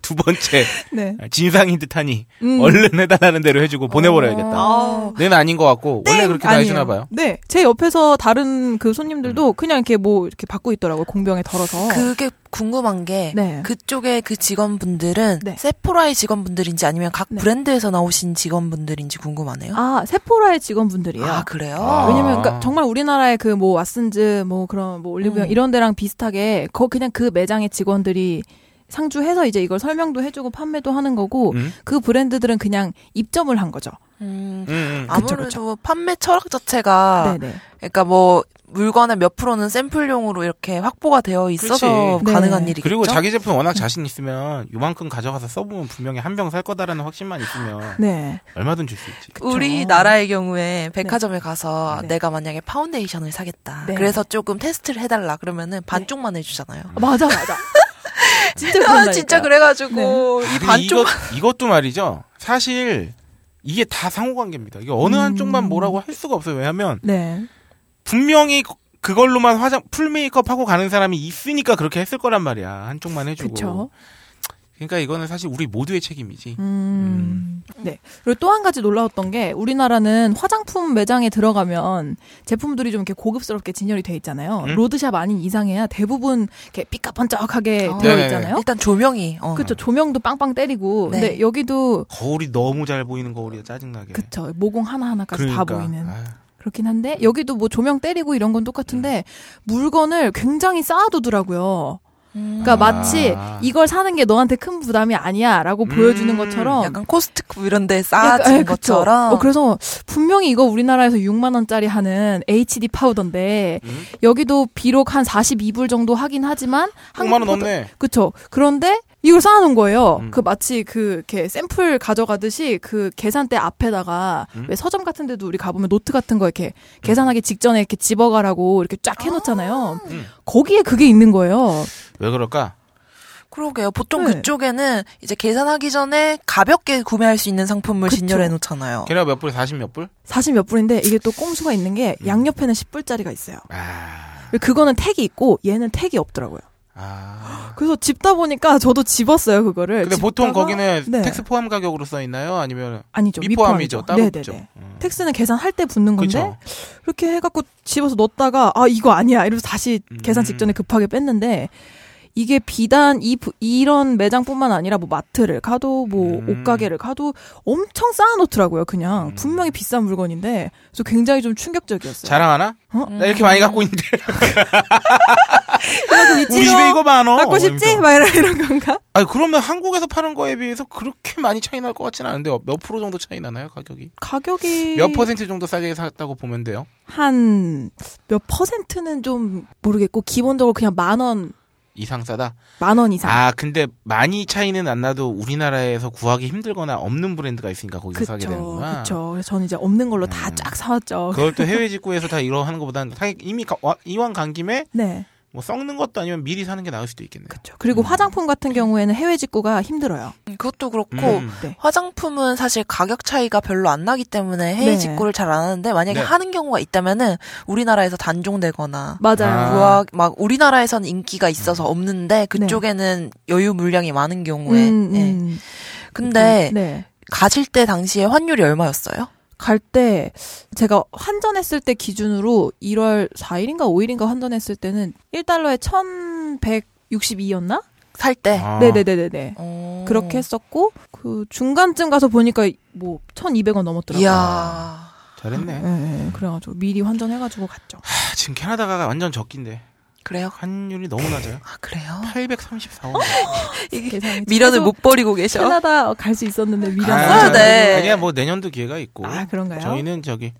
S2: 두 번째,
S6: 네.
S2: 진상인 듯하니
S6: 음. 어.
S2: 얼른 해달라는 대로 해주고 보내버려야겠다.
S5: 아우
S2: 는 아닌 것 같고 원래 그렇게 다
S6: 아니에요.
S2: 해주나 봐요.
S6: 네, 제 옆에서 다른 그 손님들도 그냥 이렇게 뭐 이렇게 받고 있더라고요. 공병에 덜어서.
S5: 그게 궁금한 게
S6: 네.
S5: 그쪽에 그 직원분들은
S6: 네.
S5: 세포라의 직원분들인지 아니면 각
S6: 네.
S5: 브랜드에서 나오신 직원분들인지 궁금하네요.
S6: 아 세포라의 직원분들이에요.
S5: 아, 그래요?
S2: 아.
S6: 왜냐면 그러니까 정말 우리나라의 그 뭐 왓슨즈 뭐 그런 뭐 올리브영
S5: 음.
S6: 이런 데랑 비슷하게 거 그냥 그 매장의 직원들이 상주해서 이제 이걸 설명도 해주고 판매도 하는 거고
S2: 음?
S6: 그 브랜드들은 그냥 입점을 한 거죠.
S5: 음,
S2: 음, 음.
S5: 아무래도
S6: 그쵸.
S5: 판매 철학 자체가
S6: 네네.
S5: 그러니까 뭐 물건의 몇 프로는 샘플용으로 이렇게 확보가 되어 있어서
S6: 그렇지.
S5: 가능한
S6: 네.
S5: 일이겠죠.
S2: 그리고 자기 제품 워낙 자신 있으면 요만큼 가져가서 써보면 분명히 한 병 살 거다라는 확신만 있으면
S6: 네.
S2: 얼마든 줄 수 있지.
S5: 우리 나라의 경우에 백화점에 가서
S6: 네.
S5: 내가 만약에 파운데이션을 사겠다.
S6: 네.
S5: 그래서 조금 테스트를 해달라. 그러면은 반쪽만 해주잖아요.
S2: 음.
S6: 맞아 맞아. 진짜
S5: 아,
S6: 음. 그런다니까요. 네.
S5: 진짜 그래가지고 이
S2: 근데
S5: 반쪽
S2: 이것, 이것도 말이죠. 사실 이게 다 상호관계입니다. 이게 어느
S6: 음.
S2: 한쪽만 뭐라고 할 수가 없어요. 왜냐하면
S6: 네.
S2: 분명히 거- 그걸로만 화장 풀 메이크업 하고 가는 사람이 있으니까 그렇게 했을 거란 말이야. 한쪽만 해주고.
S6: 그쵸.
S2: 그러니까 이거는 사실 우리 모두의 책임이지.
S6: 음. 네. 그리고 또 한 가지 놀라웠던 게 우리나라는 화장품 매장에 들어가면 제품들이 좀 이렇게 고급스럽게 진열이 돼 있잖아요.
S2: 음.
S6: 로드샵 아닌 이상해야 대부분 이렇게 삐까번쩍하게
S5: 어.
S6: 되어
S2: 네네네.
S6: 있잖아요.
S5: 일단 조명이 어.
S6: 그렇죠. 조명도 빵빵 때리고.
S5: 네.
S6: 근데 여기도
S2: 거울이 너무 잘 보이는 거울이야. 짜증나게.
S6: 그쵸. 모공 하나하나까지 다 보이는.
S2: 그러니까. 아유.
S6: 그렇긴 한데 여기도 뭐 조명 때리고 이런 건
S2: 네.
S6: 똑같은데 물건을 굉장히 쌓아두더라고요.
S5: 음.
S6: 그러니까
S2: 아.
S6: 마치 이걸 사는 게 너한테 큰 부담이 아니야라고 보여주는
S2: 음,
S6: 것처럼
S5: 약간 코스트코 이런 데
S6: 약간, 예,
S5: 쌓아진
S6: 그쵸.
S5: 것처럼
S6: 어, 그래서 분명히 이거 우리나라에서 6만 원짜리 하는 HD 파우더인데
S2: 음?
S6: 여기도 비록 한 42불 정도 하긴 하지만
S2: 100만 원 넘네.
S6: 그렇죠. 그런데 이걸 쌓아놓은 거예요.
S2: 음.
S6: 그 마치 그 이렇게 샘플 가져가듯이 그 계산대 앞에다가
S2: 음?
S6: 왜 서점 같은데도 우리 가보면 노트 같은 거 이렇게 계산하기 직전에 이렇게 집어가라고 이렇게 쫙 해놓잖아요.
S2: 음.
S6: 거기에 그게 있는 거예요.
S2: 왜 그럴까?
S5: 그러게요. 보통
S6: 네.
S5: 그쪽에는 이제 계산하기 전에 가볍게 구매할 수 있는 상품을
S6: 그쵸.
S5: 진열해
S6: 어.
S5: 놓잖아요.
S2: 걔네가 몇 불에 40 몇 불?
S6: 40 몇 불인데 이게 또 꼼수가 있는 게
S2: 음.
S6: 양옆에는 10불짜리가 있어요.
S2: 아.
S6: 그거는 택이 있고 얘는 택이 없더라고요.
S2: 아.
S6: 그래서 집다 보니까 저도 집었어요 그거를.
S2: 근데
S6: 집다가-
S2: 보통 거기는
S6: 네.
S2: 텍스 포함 가격으로 써 있나요? 아니면
S6: 아니죠
S2: 미포함이죠.
S6: 미포함이죠.
S2: 따로
S6: 네네네. 음, 네.
S2: 없죠. 음.
S6: 택스는 계산할 때 붙는 건데
S2: 그쵸?
S6: 이렇게 해갖고 집어서 넣었다가 아 이거 아니야 이러면서 다시
S2: 음.
S6: 계산 직전에 급하게 뺐는데 이게 비단 이 부- 이런 매장뿐만 아니라 뭐 마트를 가도 뭐
S2: 음.
S6: 옷가게를 가도 엄청 쌓아놓더라고요 그냥
S2: 음.
S6: 분명히 비싼 물건인데 그래서 굉장히 좀 충격적이었어요.
S2: 자랑하나?
S6: 어?
S5: 음,
S2: 나 이렇게 많이 갖고 있는데 우리
S6: 싫어?
S2: 집에 이거 많어.
S6: 갖고 싶지? 막 이런, 이런 건가?
S2: 아 그러면 한국에서 파는 거에 비해서 그렇게 많이 차이 날 것 같지는 않은데 몇 프로 정도 차이 나나요 가격이?
S6: 가격이
S2: 몇 퍼센트 정도 싸게 샀다고 보면 돼요.
S6: 한 몇 퍼센트는 좀 모르겠고 기본적으로 그냥 만 원,
S2: 이상 싸다.
S6: 만 원 이상.
S2: 아 근데 많이 차이는 안 나도 우리나라에서 구하기 힘들거나 없는 브랜드가 있으니까 거기서
S6: 그쵸,
S2: 사게 되는구나.
S6: 그쵸. 그래서 저는 이제 없는 걸로 다
S2: 음.
S6: 쫙 사왔죠.
S2: 그걸 또 해외 직구에서 다 이러 하는 것보다는 사- 이미 가- 와- 이왕 간 김에
S6: 네,
S2: 뭐 썩는 것도 아니면 미리 사는 게 나을 수도 있겠네요.
S6: 그쵸. 그리고
S2: 음.
S6: 화장품 같은 경우에는 해외 직구가 힘들어요.
S5: 음, 그것도 그렇고
S2: 음.
S6: 네.
S5: 화장품은 사실 가격 차이가 별로 안 나기 때문에 해외
S6: 네.
S5: 직구를 잘 안 하는데 만약에
S2: 네.
S5: 하는 경우가 있다면은 우리나라에서 단종되거나
S2: 아.
S6: 맞아요. 네.
S5: 부하 막 우리나라에서는 인기가 있어서 없는데 그쪽에는 여유 물량이 많은 경우에
S2: 네.
S5: 예. 근데
S6: 음, 네.
S5: 가실 때 당시에 환율이 얼마였어요?
S6: 갈 때 제가 환전했을 때 기준으로 1월 4일인가 5일인가 환전했을 때는 1달러에 1162였나?
S5: 살 때.
S2: 아.
S6: 네. 네네네네네.
S5: 어.
S6: 그렇게 했었고 그 중간쯤 가서 보니까 뭐 1200원 넘었더라고요.
S5: 이야.
S2: 잘했네.
S6: 예, 예, 예. 그래가지고 미리 환전해가지고 갔죠.
S2: 아, 지금 캐나다가 완전 적긴데
S5: 그래요?
S2: 환율이 너무 낮아요.
S5: 아, 그래요?
S6: 어?
S2: 834원. 아,
S5: 이게
S6: 세상에.
S5: 미련을
S6: 저도
S5: 못 버리고 계셔.
S6: 캐나다 갈 수 있었는데 미련
S5: 아, 써야
S6: 아,
S5: 돼.
S2: 아니야 뭐 내년도 기회가 있고.
S6: 아 그런가요?
S2: 저희는 저기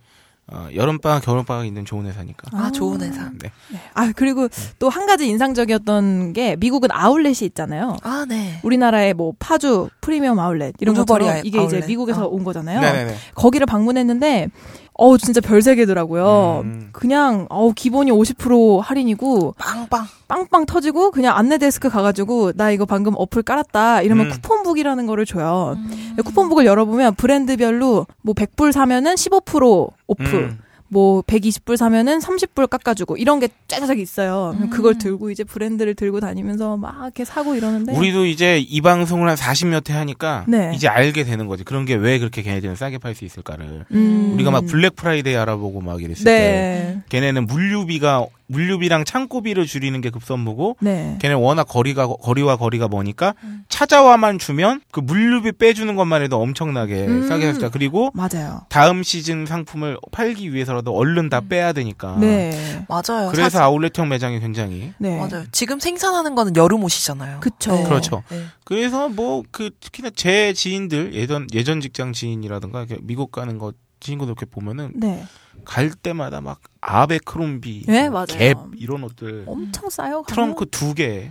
S2: 어, 여름방학 겨울방학 있는 좋은 회사니까.
S5: 아, 좋은 회사.
S2: 네.
S6: 아 그리고 또 한 가지 인상적이었던 게 미국은 아울렛이 있잖아요.
S5: 아, 네.
S6: 우리나라의 뭐 파주 프리미엄 아울렛 이런
S5: 우두머리
S6: 것처럼
S5: 음, 아이-
S6: 이게 이제
S5: 아울렛.
S6: 미국에서
S5: 어.
S6: 온 거잖아요.
S2: 네네네.
S6: 거기를 방문했는데 어우 진짜 별세계더라고요.
S2: 음.
S6: 그냥 어우 기본이 50% 할인이고
S5: 빵빵.
S6: 빵빵 터지고 그냥 안내 데스크 가가지고 나 이거 방금 어플 깔았다 이러면
S2: 음.
S6: 쿠폰북이라는 거를 줘요.
S5: 음.
S6: 쿠폰북을 열어보면 브랜드별로 뭐 100불 사면은 15% 오프,
S2: 음.
S6: 뭐 120불 사면은 30불 깎아주고 이런 게 쫙쫙 있어요. 그걸 들고 이제 브랜드를 들고 다니면서 막 이렇게 사고 이러는데
S2: 우리도 이제 이 방송을 한 40몇 회 하니까
S6: 네.
S2: 이제 알게 되는 거지. 그런 게 왜 그렇게 걔네들은 싸게 팔 수 있을까를.
S6: 음.
S2: 우리가 막 블랙 프라이데이 알아보고 막 이랬을 때
S6: 네.
S2: 걔네는 물류비가 물류비랑 창고비를 줄이는 게 급선무고
S6: 네.
S2: 걔네 워낙 거리가 거리와 거리가 머니까
S6: 음.
S2: 차자와만 주면 그 물류비 빼주는 것만 해도 엄청나게
S6: 음.
S2: 싸게 샀다. 그리고
S6: 맞아요.
S2: 다음 시즌 상품을 팔기 위해서라도 얼른 다 빼야 되니까.
S6: 음. 네.
S5: 맞아요.
S2: 그래서
S5: 사실-
S2: 아울렛형 매장이 굉장히
S6: 네.
S5: 맞아요. 지금 생산하는 거는 여름 옷이잖아요.
S6: 그쵸.
S2: 그렇죠.
S5: 네.
S2: 그래서 뭐 그 특히나 제 지인들 예전 예전 직장 지인이라든가 이렇게 미국 가는 거 친구들 이렇게 보면은
S6: 네.
S2: 갈 때마다 막 아베크롬비,
S6: 네,
S2: 뭐
S6: 맞아요. 어,
S2: 갭 이런 옷들
S6: 엄청 싸요. 가면.
S2: 그 트렁크 두 개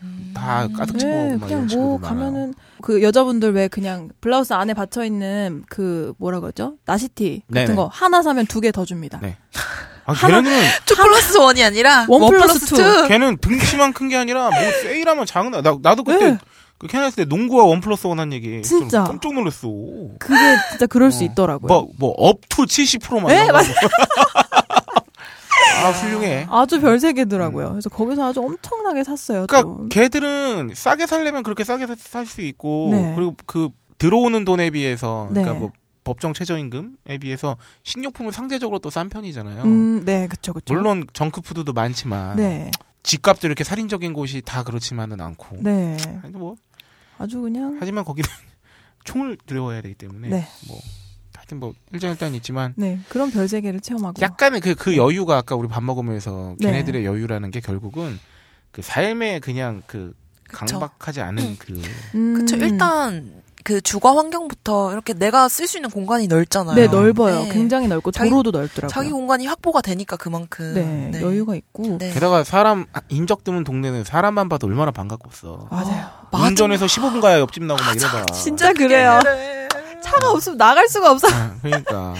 S2: 다 가득 채워
S6: 네,
S2: 오고 막
S6: 그냥
S2: 이런
S6: 뭐
S2: 친구들 많아요.
S6: 가면은 그 여자분들 왜 그냥 블라우스 안에 받쳐 있는 그 뭐라 그러죠? 나시티 같은
S2: 네네.
S6: 거 하나 사면 두 개 더 줍니다.
S2: 네. 아, 걔네는
S5: 투 플러스 원이 아니라
S6: 원 플러스 투.
S2: 걔는 등치만 큰 게 아니라 뭐 세일하면 작은 나 나도 그때
S6: 네.
S2: 그 캐나다 때 농구와 원 플러스 원 한 얘기 좀
S6: 진짜.
S2: 깜짝 놀랐어.
S6: 그게 진짜 그럴 수
S2: 어.
S6: 있더라고요.
S2: 뭐뭐 업투 70%만.
S6: 네,
S2: 맞아. 아 훌륭해.
S6: 아주 별 세계더라고요. 그래서 거기서 아주 엄청나게 샀어요.
S2: 음. 그러니까
S6: 또.
S2: 걔들은 싸게 살려면 그렇게 싸게 살 수 있고
S6: 네.
S2: 그리고 그 들어오는 돈에 비해서 그러니까
S6: 네.
S2: 뭐 법정 최저임금에 비해서 식료품은 상대적으로 또 싼 편이잖아요.
S6: 음, 네, 그쵸, 그쵸.
S2: 물론 아. 정크푸드도 많지만
S6: 네,
S2: 집값도 이렇게 살인적인 곳이 다 그렇지만은 않고.
S6: 네.
S2: 아니, 뭐
S6: 아주 그냥
S2: 하지만 거기는 총을 들여와야 되기 때문에
S6: 네.
S2: 뭐 하여튼 뭐 일장일단 있지만
S6: 네 그런 별 세계를 체험하고.
S2: 약간의 그, 그 여유가 아까 우리 밥 먹으면서
S6: 네.
S2: 걔네들의 여유라는 게 결국은 그 삶에 그냥 그
S5: 그쵸.
S2: 강박하지 않은 그
S6: 음,
S5: 그쵸. 일단 그 주거 환경부터 이렇게 내가 쓸 수 있는 공간이 넓잖아요.
S6: 네 넓어요.
S5: 네.
S6: 굉장히 넓고
S5: 자기-
S6: 도로도 넓더라고요.
S5: 자기 공간이 확보가 되니까 그만큼
S6: 네, 여유가 있고.
S5: 네.
S2: 게다가 사람 인적 드문 동네는 사람만 봐도 얼마나 반갑겠어.
S6: 맞아요.
S5: 맞아.
S2: 운전해서 15분 가야 옆집 나오고 막 이러다.
S6: 진짜 그래요. 차가 없으면 나갈 수가 없어.
S2: 아, 그러니까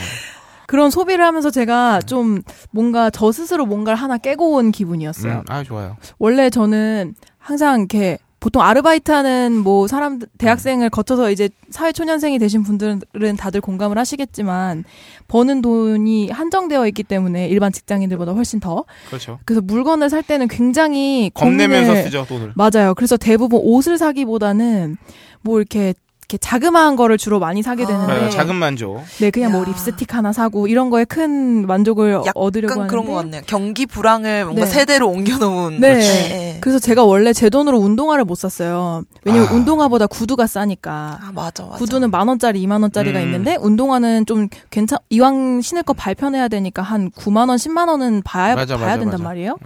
S6: 그런 소비를 하면서 제가 좀 뭔가 저 스스로 뭔가를 하나 깨고 온 기분이었어요.
S2: 음, 아 좋아요.
S6: 원래 저는 항상 이렇게 보통 아르바이트하는 뭐 사람 대학생을 거쳐서 이제 사회 초년생이 되신 분들은 다들 공감을 하시겠지만 버는 돈이 한정되어 있기 때문에 일반 직장인들보다 훨씬 더
S2: 그렇죠.
S6: 그래서 물건을 살 때는 굉장히
S2: 겁내면서
S6: 고민을-
S2: 쓰죠 돈을.
S6: 맞아요. 그래서 대부분 옷을 사기보다는 뭐 이렇게 이렇게 자그마한 거를 주로 많이 사게
S5: 아.
S6: 되는데
S2: 네, 작은 만족.
S6: 네 그냥 뭐
S5: 야.
S6: 립스틱 하나 사고 이런 거에 큰 만족을
S5: 약간
S6: 얻으려고
S5: 약간
S6: 하는데
S5: 그런 것 같네요. 경기 불황을 뭔가
S6: 네.
S5: 세대로 옮겨놓은.
S6: 네.
S5: 네.
S6: 그래서 제가 원래 제 돈으로 운동화를 못 샀어요. 왜냐면
S2: 아.
S6: 운동화보다 구두가 싸니까.
S5: 아 맞아 맞아.
S6: 구두는 만 원짜리, 이만 원짜리가
S2: 음.
S6: 있는데 운동화는 좀 괜찮 이왕 신을 거 발편해야 되니까 한 9만 원, 10만 원은 봐야
S2: 맞아,
S6: 봐야
S2: 맞아, 음.
S6: 된단
S2: 맞아.
S6: 말이에요.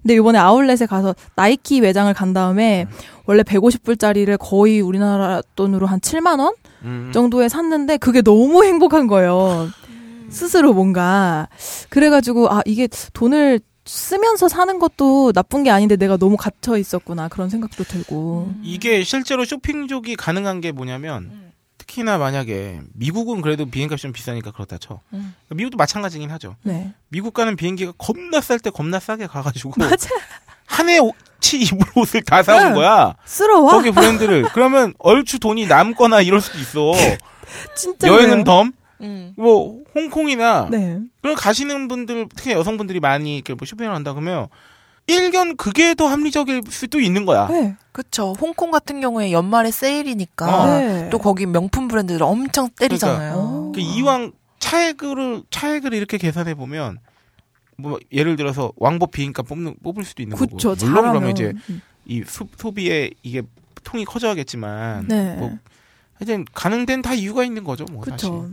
S6: 근데 이번에 아울렛에 가서 나이키 매장을 간 다음에 원래 150불짜리를 거의 우리나라 돈으로 한 7만 원
S2: 음.
S6: 정도에 샀는데 그게 너무 행복한 거예요. 스스로 뭔가 그래가지고 아 이게 돈을 쓰면서 사는 것도 나쁜 게 아닌데 내가 너무 갇혀 있었구나 그런 생각도 들고
S2: 이게 실제로 쇼핑족이 가능한 게
S6: 음.
S2: 뭐냐면 특히나 만약에 미국은 그래도 비행값이 좀 비싸니까 그렇다 쳐. 그러니까
S5: 음.
S2: 미국도 마찬가지긴 하죠.
S6: 네
S2: 미국 가는 비행기가 겁나 쌀 때 겁나 싸게 가가지고
S6: 맞아
S2: 한 해 치 입을 옷을 다 사온
S6: 응.
S2: 거야.
S6: 쓰러와
S2: 거기 브랜드를 그러면 얼추 돈이 남거나 이럴 수도 있어.
S6: 진짜
S2: 여행은
S6: 그래요.
S2: 덤?
S5: 음.
S2: 뭐 홍콩이나
S6: 네
S2: 그런 가시는 분들 특히 여성분들이 많이 이렇게 뭐 쇼핑을 한다 그러면 일견 그게 더 합리적일 수도 있는 거야.
S6: 네.
S5: 그쵸. 홍콩 같은 경우에 연말에 세일이니까
S2: 어.
S6: 네.
S5: 또 거기 명품 브랜드들 엄청 때리잖아요.
S2: 그 이왕 차액을 차액을 이렇게 계산해 보면 뭐 예를 들어서 왕복 비행값 뽑는 뽑을 수도 있는
S6: 그쵸
S2: 거고 물론
S6: 잘하면
S2: 그러면 이제
S6: 음.
S2: 이 소, 소비에 이게 통이 커져야겠지만
S6: 네
S2: 뭐 하여튼 가능된 다 이유가 있는 거죠 뭐
S6: 그쵸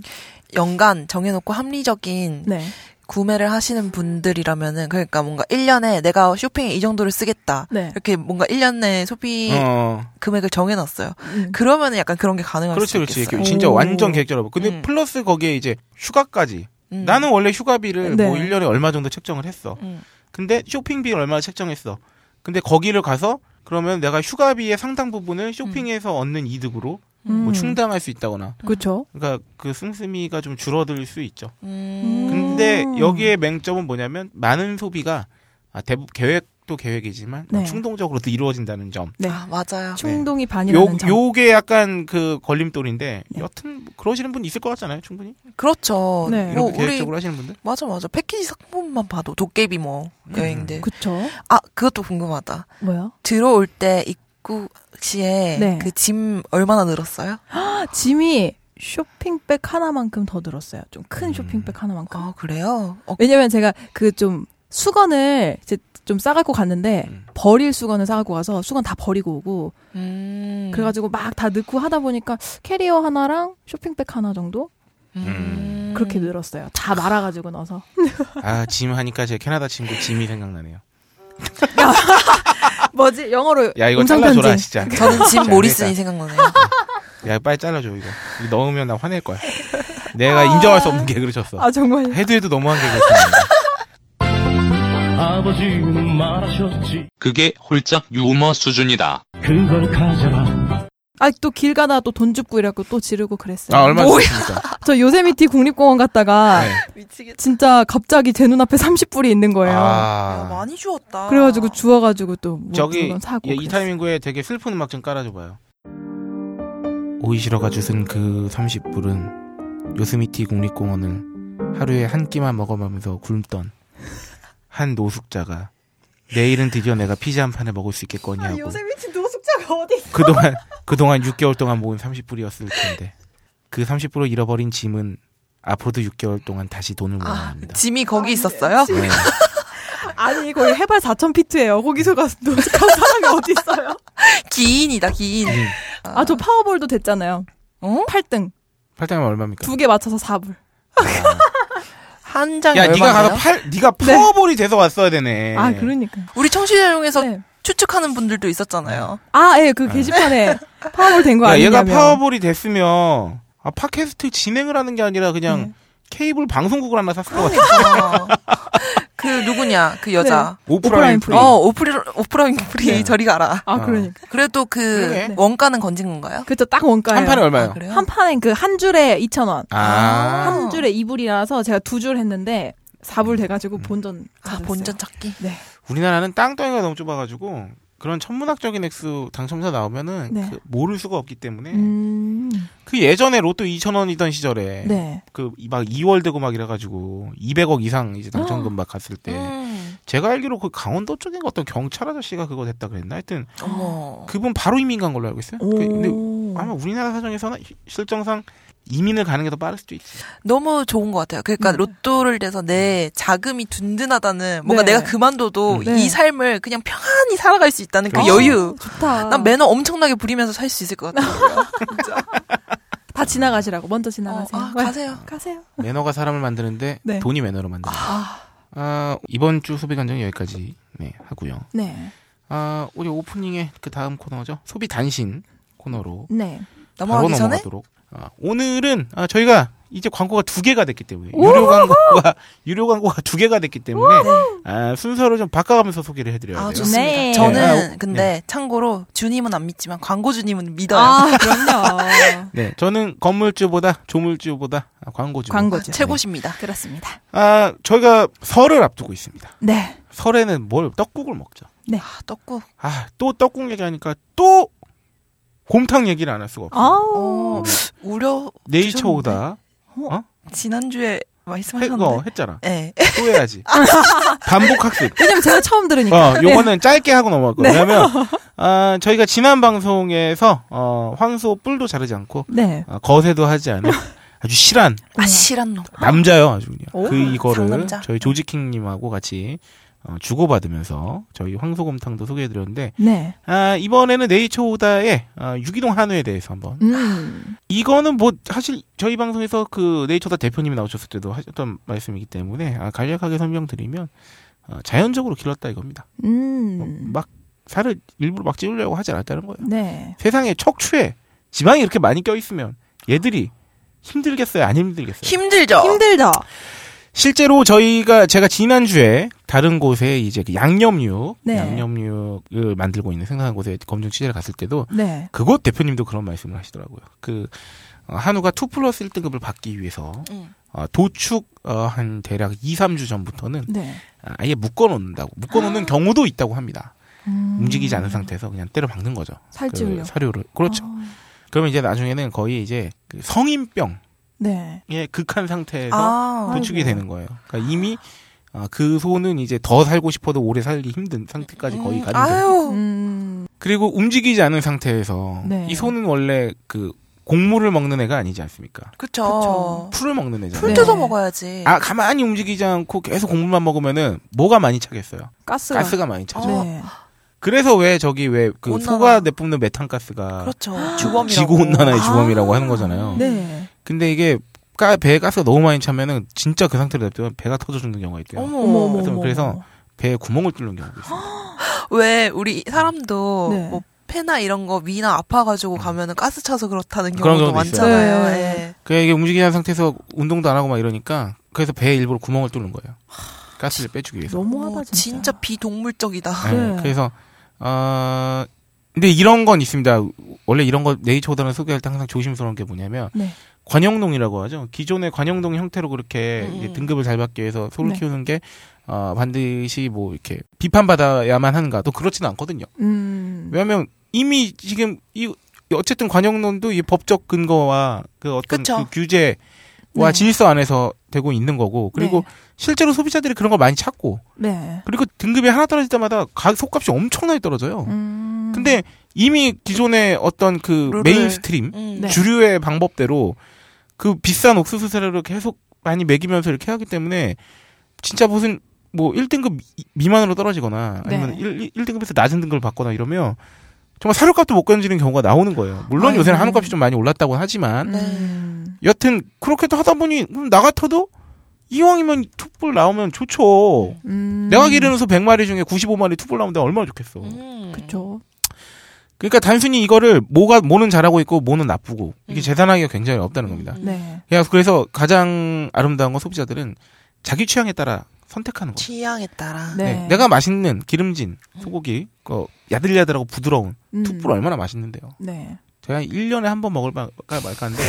S5: 연간 정해놓고 합리적인
S6: 네
S5: 구매를 하시는 분들이라면은 그러니까 뭔가 1년에 내가 쇼핑에 이 정도를 쓰겠다.
S6: 네.
S2: 그
S5: 이렇게 뭔가 1년에 소비
S2: 사실. 어.
S5: 금액을 정해놨어요.
S6: 음.
S5: 그러면은 약간 그런 게 가능할
S2: 그렇죠, 그렇지
S5: 수
S2: 그렇지
S5: 있겠어요.
S2: 이렇게 진짜
S6: 오. 네.
S2: 완전 계획적으로 근데
S5: 음.
S2: 플러스 거기에 이제 휴가까지
S5: 음.
S2: 나는 원래 휴가비를
S6: 네.
S2: 뭐 1년에 얼마 정도 책정을 했어
S5: 음.
S2: 근데 쇼핑비를 얼마 책정했어 근데 거기를 가서 그러면 내가 휴가비의 상당 부분을 쇼핑에서 얻는 이득으로 뭐
S6: 음.
S2: 충당할 수 있다거나
S6: 그쵸
S2: 그러니까 그 씀씀이가 좀 줄어들 수 있죠
S5: 음.
S2: 근데
S6: 음.
S2: 여기에 맹점은 뭐냐면 많은 소비가 아, 대부, 계획도 계획이지만
S6: 네.
S2: 충동적으로도 이루어진다는 점
S6: 네
S5: 아 맞아요.
S6: 충동이 반이라는
S2: 요,
S6: 점
S2: 요게 약간 그 걸림돌인데
S6: 네.
S2: 여튼 뭐 그러시는 분 있을 것 같잖아요 충분히
S5: 그렇죠.
S6: 네.
S5: 뭐
S2: 이런 게
S5: 우리
S2: 계획적으로 하시는 분들
S5: 맞아 맞아 패키지 상품만 봐도 도깨비 뭐
S2: 음.
S5: 여행들.
S6: 그쵸
S5: 아 그것도 궁금하다.
S6: 뭐야
S5: 들어올 때 입국 시에
S6: 네.
S5: 그 짐 얼마나 늘었어요?
S6: 짐이 쇼핑백 하나만큼 더 들었어요. 좀 큰 쇼핑백 하나만큼.
S5: 아 그래요? 어,
S6: 왜냐면 제가 그 좀 수건을 이제 좀 싸갖고 갔는데
S2: 음.
S6: 버릴 수건을 싸갖고 가서 수건 다 버리고 오고
S5: 음.
S6: 그래가지고 막 다 넣고 하다 보니까 캐리어 하나랑 쇼핑백 하나 정도
S2: 음.
S6: 그렇게 늘었어요. 다 말아가지고 넣어서.
S2: 아, 짐 하니까 제 캐나다 친구 짐이 생각나네요.
S6: 뭐지 영어로
S2: 아. 야, 이거
S6: 음성
S2: 잘라줘라,
S6: 편지.
S2: 진짜.
S5: 저는 짐
S2: 진짜
S5: 모리슨이
S2: 내가-
S5: 생각나네요.
S2: 야, 빨리 잘라줘, 이거. 이거 넣으면 나 화낼 거야. 내가 인정할 수 없는 개그를 쳤어.
S6: 아 정말.
S2: 해도 해도 너무한 개그를 쳤는데.
S7: 아버지는 말하셨지
S3: 그게 홀짝 유머 수준이다.
S7: 그걸 가져라
S6: 아 또 길 가다 또 돈 줍고 이래갖고 또 지르고 그랬어요.
S2: 아, 얼마
S6: 뭐,
S2: 됐습니까?
S6: 저 요세미티 국립공원 갔다가
S2: 네.
S5: 미치겠다.
S6: 진짜 갑자기 제 눈앞에 30불이 있는 거예요.
S5: 야,
S2: 아,
S5: 많이 주웠다.
S6: 그래가지고 주워가지고 또뭐
S2: 저기
S6: 물건 사고.
S2: 예, 이
S6: 그랬어요.
S2: 타이밍구에 되게 슬픈 음악 좀 깔아줘봐요. 오이시러가 주신 그 30불은 요스미티 국립공원을 하루에 한 끼만 먹어가면서 굶던 한 노숙자가 내일은 드디어 내가 피자 한 판을 먹을 수
S5: 아,
S2: 있겠거니 하고
S1: 요새미친 노숙자가 어디 있어?
S2: 그동안 그동안 6개월 동안 모은 30불이었을 텐데 그 30불을 잃어버린 짐은 앞으로도 6개월 동안 다시 돈을 모아야
S5: 아,
S2: 합니다.
S5: 짐이 거기 있었어요?
S2: 네.
S6: 아니 거의 해발 4,000피트예요. 거기서 가서 노숙한 사람이 어디 있어요?
S5: 기인이다, 기인.
S2: 네.
S6: 아 저 파워볼도 됐잖아요.
S5: 어?
S6: 8등
S2: 팔당이면 얼마입니까?
S6: 두 개 맞춰서 4불.
S5: 한 장에
S2: 야, 네가
S5: 얼마예요?
S2: 가서 팔, 네가 파워볼이 돼서 왔어야 되네.
S6: 아 그러니까.
S5: 우리 청취자 중에서
S6: 네.
S5: 추측하는 분들도 있었잖아요.
S2: 네.
S6: 아예그 게시판에 파워볼 된 거
S2: 야,
S6: 아니냐며.
S2: 얘가 파워볼이 됐으면 아, 팟캐스트 진행을 하는 게 아니라 그냥 케이블 방송국을 하나 샀을 것 같아.
S5: 아. 그 누구냐, 그 여자.
S2: 오프라인
S6: 오프라인
S2: 프리.
S6: 프리.
S5: 어, 오프리, 오프라인 프리
S2: 네.
S5: 저리 가라.
S6: 아
S2: 어.
S6: 그러니까.
S5: 그래도 그
S2: 그러네.
S5: 원가는 건진 건가요?
S6: 그쵸 딱 원가예요.
S2: 한 판에 얼마예요?
S5: 아, 그래요?
S6: 한 판에 그 한 줄에 2,000원.
S2: 아.
S6: 한 줄에 2불이라서 제가 두 줄 했는데 4불
S2: 음.
S6: 돼가지고 본전.
S5: 아, 본전 찾기.
S2: 우리나라는 땅덩이가 너무 좁아가지고 그런 천문학적인 액수 당첨자 나오면은
S6: 네.
S2: 그 모를 수가 없기 때문에
S6: 음.
S2: 그 예전에 로또 2천 원이던 시절에
S6: 네.
S2: 그 막 2월 되고 막 이래가지고 200억 이상 이제 당첨금 막 갔을 때
S5: 음.
S2: 제가 알기로 그 강원도 쪽인 어떤 경찰 아저씨가 그거 됐다 그랬나 하여튼
S5: 어머.
S2: 그분 바로 이민 간 걸로 알고 있어요. 그- 근데
S5: 음.
S2: 아마 우리나라 사정에서는 시- 실정상 이민을 가는 게 더 빠를 수도 있지.
S5: 너무 좋은 것 같아요. 그러니까
S6: 음.
S5: 로또를 돼서 내 자금이 든든하다는 뭔가
S6: 네.
S5: 내가 그만둬도
S2: 음.
S6: 네.
S5: 이 삶을 그냥 편히 살아갈 수 있다는 그
S2: 그렇죠.
S5: 여유.
S6: 좋다.
S5: 난 매너 엄청나게 부리면서 살 수 있을 것 같아요.
S6: 다 지나가시라고 먼저
S5: 어,
S6: 지나가세요.
S5: 아,
S6: 왜?
S5: 가세요.
S6: 가세요.
S2: 매너가 사람을 만드는데
S6: 네.
S2: 돈이 매너로 만든다. 아, 이번 주 소비 관정 여기까지 네, 하고요.
S6: 네.
S2: 아, 우리 오프닝의 그 다음 코너죠. 소비 단신 코너로
S6: 네.
S2: 바로
S5: 음. 넘어가기 전에
S2: 넘어가도록. 아, 오늘은 아, 저희가 이제 광고가 두 개가 됐기 때문에 유료 광고가 유료 광고가 두 개가 됐기 때문에 아, 순서를 좀 바꿔가면서 소개를 해드려야 돼요.
S5: 아, 좋습니다.
S6: 네.
S5: 저는
S2: 네.
S5: 근데 참고로 주님은 안 믿지만 광고주님은 믿어요.
S6: 아, 그럼요.
S2: 네, 저는 건물주보다 조물주보다 아, 광고주.
S6: 광고죠.
S5: 최고십니다.
S6: 그렇습니다.
S2: 아, 저희가 설을 앞두고 있습니다.
S6: 네.
S2: 설에는 뭘 떡국을 먹죠.
S5: 아, 떡국.
S2: 아, 또 떡국 얘기하니까 또 곰탕 얘기를 안 할 수가 없어요.
S6: 아우.
S5: 어, 우려
S2: 네이처 오다
S5: 지난주에
S2: 해, 거
S5: 말씀하셨는데.
S2: 했잖아.
S5: 예.
S2: 또 해야지. 반복 학습.
S6: 왜냐면 제가 처음
S5: 네.
S6: 들으니까. 네.
S2: 어, 요거는 짧게 하고 넘어갈 거예요. 왜냐면 아, 저희가 지난 방송에서 어, 황소 뿔도 자르지 않고
S6: 네.
S2: 아, 거세도 하지 않은 아주 실한
S5: 아, 실한 놈.
S2: 남자요 아주 그냥
S6: 오,
S2: 그 이거를
S5: 상남자.
S2: 저희 조지킹님하고 같이 어, 주고받으면서 저희 황소곰탕도 소개해드렸는데
S6: 네.
S2: 아, 이번에는 네이처 오다의 아, 유기동 한우에 대해서 한번
S6: 음.
S2: 이거는 뭐 사실 저희 방송에서 그 네이처다 대표님이 나오셨을 때도 하셨던 말씀이기 때문에 아, 간략하게 설명드리면 어, 자연적으로 길렀다 이겁니다. 뭐
S6: 음.
S2: 막 살을 일부러 막 찌우려고 하지 않았다는 거예요.
S6: 네.
S2: 세상에 척추에 지방이 이렇게 많이 껴 있으면 얘들이 힘들겠어요, 안 힘들겠어요?
S5: 힘들죠?
S6: 힘들다.
S2: 실제로 저희가 제가 지난주에 다른 곳에 이제 그 양념육,
S6: 네.
S2: 양념육을 만들고 있는 생산한 곳에 검증 취재를 갔을 때도
S6: 네.
S2: 그곳 대표님도 그런 말씀을 하시더라고요. 그 어, 한우가 2 플러스 1등급을 받기 위해서
S5: 응.
S2: 어, 도축 어, 한 대략 2, 3주 전부터는
S6: 네.
S2: 아예 묶어 놓는다고 묶어 놓는 경우도 있다고 합니다.
S6: 음.
S2: 움직이지 않은 상태에서 그냥 때려 박는 거죠.
S6: 살찌우려.
S2: 그 사료를
S6: 아.
S2: 그렇죠. 그러면 이제 나중에는 거의 이제 그 성인병의
S6: 네.
S2: 극한 상태에서
S5: 아,
S2: 도축이
S6: 아이고.
S2: 되는 거예요. 그러니까 이미 아, 그 소는 이제 더 살고 싶어도 오래 살기 힘든 상태까지 거의
S5: 음,
S2: 가는데
S5: 아유.
S6: 음.
S2: 그리고 움직이지 않은 상태에서
S6: 네.
S2: 이 소는 원래 그 곡물을 먹는 애가 아니지 않습니까?
S5: 그쵸.
S2: 풀을 먹는 애잖아요.
S5: 풀
S6: 네.
S5: 뜯어 먹어야지.
S2: 아 가만히 움직이지 않고 계속 곡물만 먹으면은 뭐가 많이 차겠어요.
S6: 가스가.
S2: 가스가
S5: 아.
S2: 많이 차죠.
S6: 네.
S2: 그래서 왜 저기 왜 그
S5: 온난화.
S2: 소가 내뿜는 메탄가스가
S5: 그렇죠. 주범이라고.
S2: 지구 온난화의
S6: 아.
S2: 주범이라고 하는 거잖아요.
S6: 네.
S2: 근데 이게 가, 배에 가스가 너무 많이 차면은 진짜 그 상태로 냅두면 배가 터져 죽는 경우가 있대요.
S5: 어머,
S6: 어머, 어머,
S2: 그래서-
S6: 어머,
S2: 그래서
S6: 어머.
S2: 배에 구멍을 뚫는 경우가 있어요.
S5: 왜 우리 사람도
S6: 네.
S5: 뭐 폐나 이런 거 미나 아파가지고 가면은 가스 차서 그렇다는
S2: 음. 그런
S5: 경우도
S2: 경우도 있어요.
S5: 많잖아요.
S6: 네.
S5: 예.
S2: 그 이게 움직이지 않은 상태에서 운동도 안 하고 막 이러니까 그래서 배에 일부러 구멍을 뚫는 거예요. 가스를 빼주기 위해서.
S6: 너무하다
S5: 어,
S6: 진짜.
S5: 진짜 비동물적이다.
S2: 네,
S6: 네.
S2: 그래서 어 근데 이런 건 있습니다. 원래 이런 거 네이처보다는 소개할 때 항상 조심스러운 게 뭐냐면
S6: 네.
S2: 관용동이라고 하죠. 기존의 관용동 형태로 그렇게
S5: 음,
S2: 이제
S5: 음.
S2: 등급을 잘 받기 위해서 소를
S6: 네.
S2: 키우는 게 어, 반드시 뭐 이렇게 비판받아야만 하는가? 또 그렇지는 않거든요.
S6: 음.
S2: 왜냐하면 이미 지금 이 어쨌든 관용론도 이 법적 근거와 그 어떤
S5: 그쵸.
S2: 그 규제와
S6: 네.
S2: 질서 안에서 되고 있는 거고 그리고 실제로 소비자들이 그런 걸 많이 찾고
S6: 네.
S2: 그리고 등급이 하나 떨어질 때마다 가, 속값이 엄청나게 떨어져요.
S6: 음.
S2: 근데 이미 기존의 어떤 그
S5: 룰을-
S2: 메인스트림
S5: 음.
S6: 네.
S2: 주류의 방법대로 그 비싼 옥수수 사료를 계속 많이 먹이면서 이렇게 하기 때문에 진짜 무슨 뭐 1등급 미만으로 떨어지거나 아니면
S6: 네.
S2: 일 1, 등급에서 낮은 등급을 받거나 이러면 정말 사료값도 못 견디는 경우가 나오는 거예요. 물론
S6: 아이고.
S2: 요새는 한우값이 좀 많이 올랐다고 하지만
S6: 음.
S2: 여튼 그렇게도 하다 보니 그럼 나 같아도 이왕이면 툭불 나오면 좋죠.
S6: 음.
S2: 내가 기르는 소 100마리 중에 95마리 툭불 나오면 내가 얼마나 좋겠어.
S5: 음.
S6: 그쵸.
S2: 그러니까 단순히 이거를 뭐가 뭐는 잘하고 있고 뭐는 나쁘고 이게
S5: 음.
S2: 재산하기가 굉장히 어렵다는 겁니다.
S5: 음.
S6: 네.
S2: 야, 그래서 가장 아름다운 건 소비자들은 자기 취향에 따라 선택하는 거예요.
S5: 취향에 따라.
S6: 네.
S2: 네, 내가 맛있는 기름진 소고기, 그 야들야들하고 부드러운
S6: 음.
S2: 툭불 얼마나 맛있는데요.
S6: 네.
S2: 제가 1년에 한 번 먹을까 말까 하는데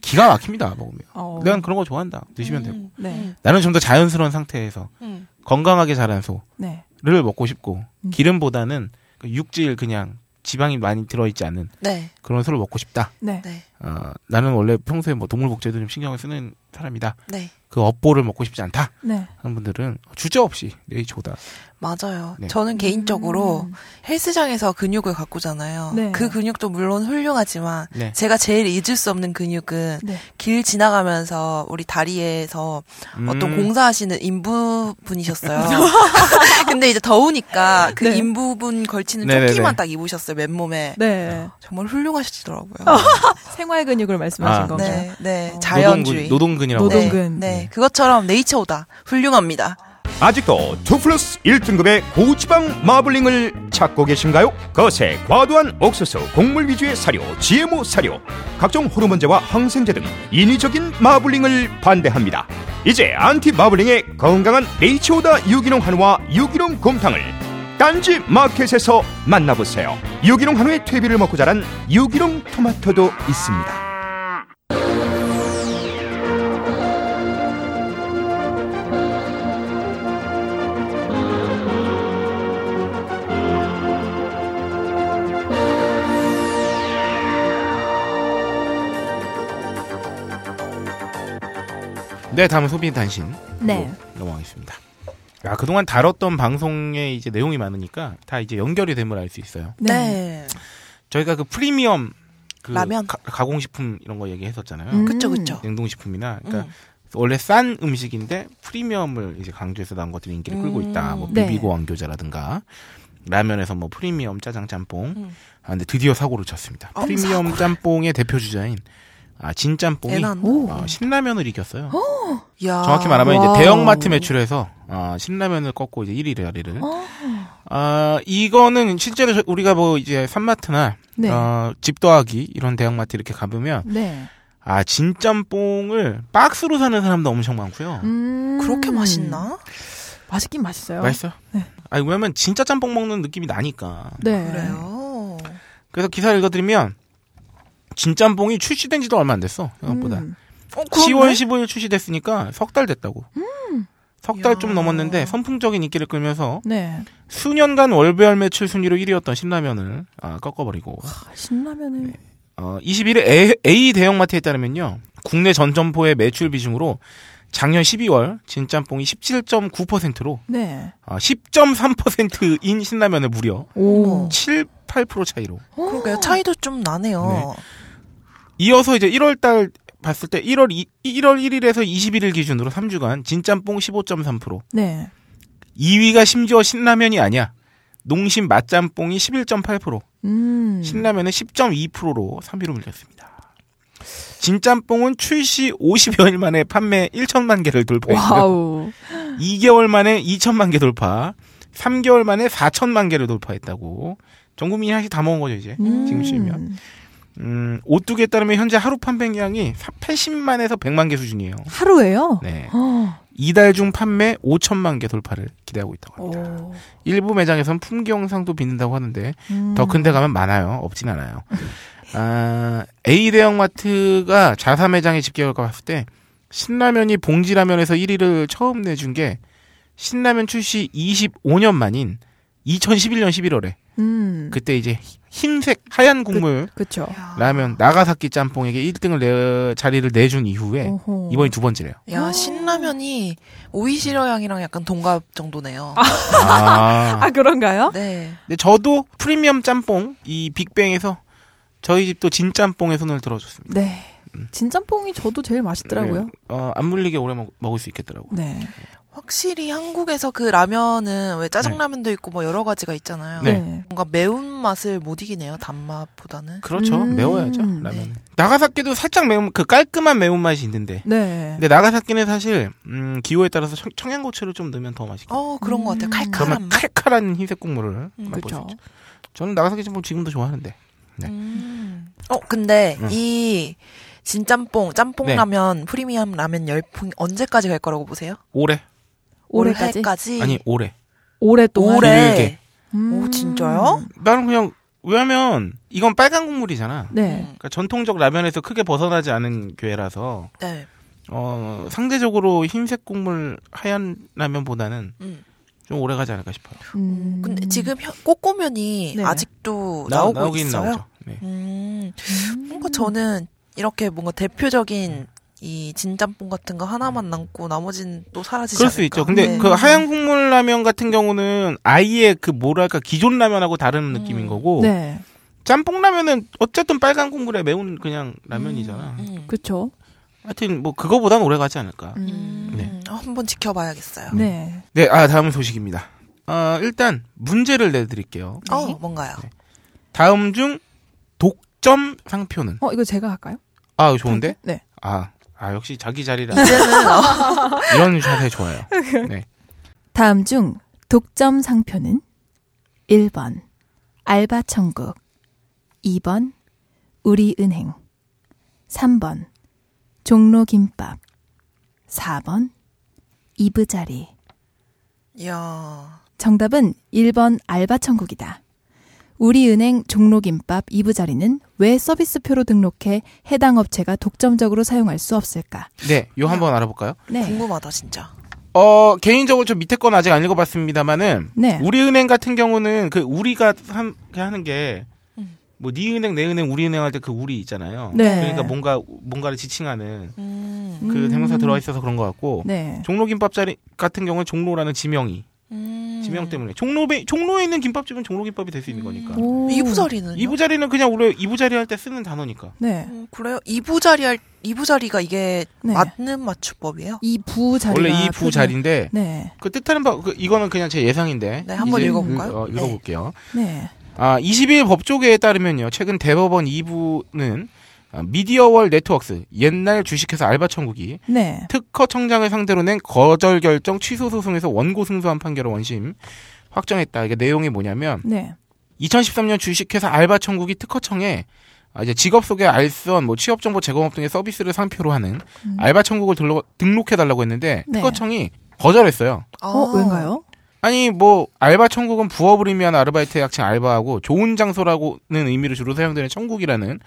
S2: 기가 막힙니다, 먹으면.
S6: 어.
S2: 난 그런 거 좋아한다. 드시면 되고.
S5: 음.
S6: 네.
S5: 음.
S2: 나는 좀 더 자연스러운 상태에서
S5: 음.
S2: 건강하게 자란
S6: 네.
S2: 소를 먹고 싶고
S6: 음.
S2: 기름보다는 그 육질 그냥 지방이 많이 들어있지 않은
S5: 네.
S2: 그런 소를 먹고 싶다.
S6: 네.
S5: 네.
S2: 어, 나는 원래 평소에 뭐 동물 복제도 좀 신경을 쓰는 사람이다.
S5: 네.
S2: 그 업보를 먹고 싶지 않다.
S6: 네.
S2: 하는 분들은 주저 없이 네이처다.
S5: 맞아요.
S2: 네.
S5: 저는 개인적으로
S6: 음.
S5: 헬스장에서 근육을 가꾸잖아요.
S6: 네.
S5: 그 근육도 물론 훌륭하지만
S2: 네.
S5: 제가 제일 잊을 수 없는 근육은
S6: 네.
S5: 길 지나가면서 우리 다리에서
S2: 음.
S5: 어떤 공사하시는 인부분이셨어요. 근데 이제 더우니까 그
S6: 네.
S5: 인부분 걸치는
S2: 네네네.
S5: 조끼만 딱 입으셨어요. 맨몸에.
S6: 네.
S5: 정말 훌륭하시더라고요.
S6: 생활 근육을 말씀하신
S2: 아,
S6: 건가요?
S5: 네, 네.
S6: 어.
S5: 자연주의.
S2: 노동근이라고.
S5: 네,
S6: 노동근.
S5: 네, 그것처럼 네이처오다. 훌륭합니다.
S8: 아직도 2 플러스 1등급의 고지방 마블링을 찾고 계신가요? 거세 과도한 옥수수, 곡물 위주의 사료, GMO 사료, 각종 호르몬제와 항생제 등 인위적인 마블링을 반대합니다. 이제 안티 마블링의 건강한 네이처오다 유기농 한우와 유기농 곰탕을 딴지 마켓에서 만나보세요. 유기농 한우의 퇴비를 먹고 자란 유기농 토마토도 있습니다.
S2: 네, 다음은 소비인 단신.
S6: 네.
S2: 넘어가겠습니다. 야, 그동안 다뤘던 방송의 이제 내용이 많으니까 다 이제 연결이 됨을 알 수 있어요.
S5: 네.
S2: 저희가 그 프리미엄 그
S5: 라면.
S2: 가, 가공식품 이런 거 얘기했었잖아요.
S6: 음.
S5: 그쵸, 그쵸.
S2: 냉동식품이나 그러니까
S5: 음.
S2: 원래 싼 음식인데 프리미엄을 이제 강조해서 나온 것들이 인기를 끌고 있다. 뭐
S5: 음.
S6: 네.
S2: 비비고 왕교자라든가 라면에서 뭐 프리미엄 짜장 짬뽕.
S5: 음.
S2: 아 근데 드디어 사고를 쳤습니다.
S5: 어,
S2: 프리미엄 짬뽕의 대표 주자인 아 진짬뽕이
S5: 예, 애난.
S2: 어, 신라면을 이겼어요.
S5: 야.
S2: 정확히 말하면
S6: 와우.
S2: 이제 대형마트 매출에서 어, 신라면을 꺾고 이제 1위 자리를. 아 이거는 실제로 저- 우리가 뭐 이제 산마트나
S6: 네.
S2: 어, 집도하기 이런 대형마트 이렇게 가보면
S6: 네.
S2: 아 진짬뽕을 박스로 사는 사람도 엄청 많고요.
S6: 음.
S5: 그렇게 맛있나?
S6: 맛있긴 맛있어요.
S2: 맛있어요?
S6: 네.
S2: 아니 왜냐면 진짜 짬뽕 먹는 느낌이 나니까.
S6: 네.
S5: 그래요.
S2: 그래서 기사를 읽어드리면 진짬뽕이 출시된 지도 얼마 안 됐어 생각보다.
S6: 음.
S5: 어, 그렇네.
S2: 10월 15일 출시됐으니까 석 달 됐다고. 석 달 좀
S5: 이야.
S2: 넘었는데 선풍적인 인기를 끌면서
S6: 네.
S2: 수년간 월별 매출 순위로 1위였던 신라면을 아, 꺾어버리고
S6: 아, 신라면을.
S2: 어, 21일 A, A 대형마트에 따르면요 국내 전 점포의 매출 비중으로 작년 12월 진짬뽕이 17.9%로
S6: 네.
S2: 아, 10.3%인 신라면을 무려
S6: 오.
S2: 7, 8% 차이로 네.
S5: 그러게요. 차이도 좀 나네요.
S2: 이어서 이제 1월달 봤을 때 1월 이, 1월 1일에서 21일 기준으로 3주간 진짬뽕 15.3%,
S6: 네.
S2: 2위가 심지어 신라면이 아니야. 농심 맛짬뽕이 11.8%,
S6: 음.
S2: 신라면은 10.2%로 3위로 물렸습니다. 진짬뽕은 출시 50여일 만에 판매 1천만 개를 돌파했고요.
S6: 와우.
S2: 2개월 만에 2천만 개 돌파, 3개월 만에 4천만 개를 돌파했다고. 전 국민이 사실 다 먹은 거죠, 이제. 지금 시면.
S6: 음.
S2: 음, 오뚜기에 따르면 현재 하루 판매량이 80만에서 100만 개 수준이에요.
S6: 하루에요?
S2: 네.
S6: 어.
S2: 이달 중 판매 5천만 개 돌파를 기대하고 있다고 합니다.
S6: 오.
S2: 일부 매장에선 품귀영상도 빚는다고 하는데
S6: 음.
S2: 더 큰 데 가면 많아요. 없진 않아요. 아, A 대형마트가 자사 매장의 집계 결과 봤을 때 신라면이 봉지라면에서 1위를 처음 내준 게 신라면 출시 25년 만인 2011년 11월에
S6: 음.
S2: 그때 이제 흰색 하얀 국물
S6: 그쵸.
S2: 라면 나가사키 짬뽕에게 1등을 내, 자리를 내준 이후에
S6: 어허.
S2: 네. 이번이 두 번째래요.
S6: 아.
S5: 야, 신라면이 오이시러 양이랑 약간 동갑 정도네요.
S2: 아.
S6: 아, 그런가요?
S5: 네.
S2: 근데 저도 프리미엄 짬뽕 이 빅뱅에서 저희 집도 진짬뽕에 손을 들어줬습니다.
S6: 네.
S2: 음.
S6: 진짬뽕이 저도 제일 맛있더라고요.
S2: 네. 어, 안 물리게 오래 먹, 을수 있겠더라고. 요
S6: 네.
S5: 확실히 한국에서 그 라면은 왜 짜장라면도 있고 뭐 여러 가지가 있잖아요.
S2: 네.
S5: 뭔가 매운 맛을 못 이기네요. 단맛보다는.
S2: 그렇죠.
S6: 음.
S2: 매워야죠. 라면. 나가사키도 살짝 매운 그 깔끔한 매운 맛이 있는데.
S6: 네.
S2: 근데 나가사키는 사실 음, 기호에 따라서 청, 청양고추를 좀 넣으면 더 맛있겠다.
S5: 어 그런 것 같아요.
S6: 음.
S5: 칼칼한
S2: 그러면
S5: 맛.
S2: 칼칼한 흰색 국물을
S5: 음,
S2: 맛볼 수
S6: 그쵸.
S2: 있죠. 저는 나가사키 짬뽕 지금도 좋아하는데. 네.
S5: 음. 어 근데
S2: 음.
S5: 이 진짬뽕, 짬뽕
S2: 네.
S5: 라면, 프리미엄 라면 열풍 언제까지 갈 거라고 보세요?
S2: 올해
S6: 올해까지?
S5: 올해까지?
S2: 아니 올해.
S6: 오랫동안.
S5: 올해.
S2: 길게.
S6: 음.
S5: 오 진짜요?
S2: 나는 그냥 왜냐면 이건 빨간 국물이잖아.
S6: 네.
S5: 음,
S2: 그러니까 전통적 라면에서 크게 벗어나지 않은 괴라서
S5: 네.
S2: 어, 상대적으로 흰색 국물 하얀 라면보다는
S5: 음.
S2: 좀 오래 가지 않을까 싶어요.
S6: 음.
S5: 근데 지금 현- 꼬꼬면이
S6: 네.
S5: 아직도
S2: 나-
S5: 나오고
S2: 나오긴
S5: 있어요.
S2: 나오죠. 네.
S5: 음, 뭔가 저는 이렇게 뭔가 대표적인 이 진짬뽕 같은 거 하나만 남고 나머지는 또 사라지지
S2: 그럴 수
S5: 않을까.
S2: 있죠. 근데
S5: 네.
S2: 그 하얀 국물 라면 같은 경우는 아예 그 뭐랄까 기존 라면하고 다른
S5: 음.
S2: 느낌인 거고
S6: 네.
S2: 짬뽕 라면은 어쨌든 빨간 국물에 매운 그냥 라면이잖아.
S5: 음, 음.
S6: 그쵸.
S2: 하여튼 뭐 그거보단 오래 가지 않을까.
S6: 음.
S2: 네.
S5: 음, 한번 지켜봐야겠어요.
S6: 네.
S2: 네, 아 다음 소식입니다. 어, 일단 문제를 내드릴게요.
S5: 어, 뭔가요?
S2: 네. 다음 중 독점 상표는
S6: 어, 이거 제가 할까요?
S2: 아 이거 좋은데?
S6: 네.
S2: 아, 아 역시 자기 자리라
S5: 이제는 어,
S2: 이런 샷에 좋아요. 네.
S6: 다음 중 독점 상표는 1번 알바 천국, 2번 우리 은행, 3번 종로 김밥, 4번 이브자리.
S5: 야,
S6: 정답은 1번 알바 천국이다. 우리 은행 종로 김밥 이브자리는 왜 서비스표로 등록해 해당 업체가 독점적으로 사용할 수 없을까?
S2: 네, 요 한번 알아볼까요?
S6: 네.
S5: 궁금하다 진짜.
S2: 어, 개인적으로 저 밑에 건 아직 안 읽어봤습니다만은,
S6: 네.
S2: 우리은행 같은 경우는 그 우리가 함- 하는 게,
S5: 음.
S2: 뭐, 니 은행, 내 은행, 우리 은행 할 때 그 우리 있잖아요.
S6: 네.
S2: 그러니까 뭔가, 뭔가를 지칭하는
S5: 음,
S2: 그
S6: 음.
S2: 대명사 들어있어서 그런 것 같고,
S6: 네.
S2: 종로김밥 자리 같은 경우는 종로라는 지명이,
S5: 음.
S2: 지명 때문에. 종로, 종로에 있는 김밥집은 종로김밥이 될 수 있는 거니까.
S6: 오.
S5: 이부자리는
S2: 이부자리는 그냥 우리 이부자리 할 때 쓰는 단어니까.
S6: 네.
S5: 그래요? 이부자리 할 이부자리가 이게
S6: 네.
S5: 맞는 맞춤법이에요?
S6: 이부 자리가
S2: 원래
S6: 표준-
S2: 이부 자리인데,
S6: 네.
S2: 그 뜻하는 바, 그, 이거는 그냥 제 예상인데.
S5: 네, 한번
S2: 이제
S5: 읽어볼까요?
S2: 읽- 어, 읽어볼게요.
S6: 네.
S2: 아, 20일 법조계에 따르면요. 최근 대법원 2부는 아, 미디어월 네트워크스 옛날 주식회사 알바천국이
S6: 네.
S2: 특허 청장을 상대로 낸 거절 결정 취소 소송에서 원고 승소한 판결을 원심 확정했다. 이게 내용이 뭐냐면
S6: 네.
S2: 2013년 주식회사 알바천국이 특허청에 아, 이제 직업 소개, 알선, 뭐 취업 정보 제공업 등의 서비스를 상표로 하는
S6: 음.
S2: 알바천국을 등록, 등록해 달라고 했는데
S6: 네.
S2: 특허청이 거절했어요.
S5: 아.
S6: 어, 왠가요?
S2: 아니 뭐 알바 천국은 부업을 의미하는 아르바이트의 약칭 알바하고 좋은 장소라고는 의미로 주로 사용되는 천국이라는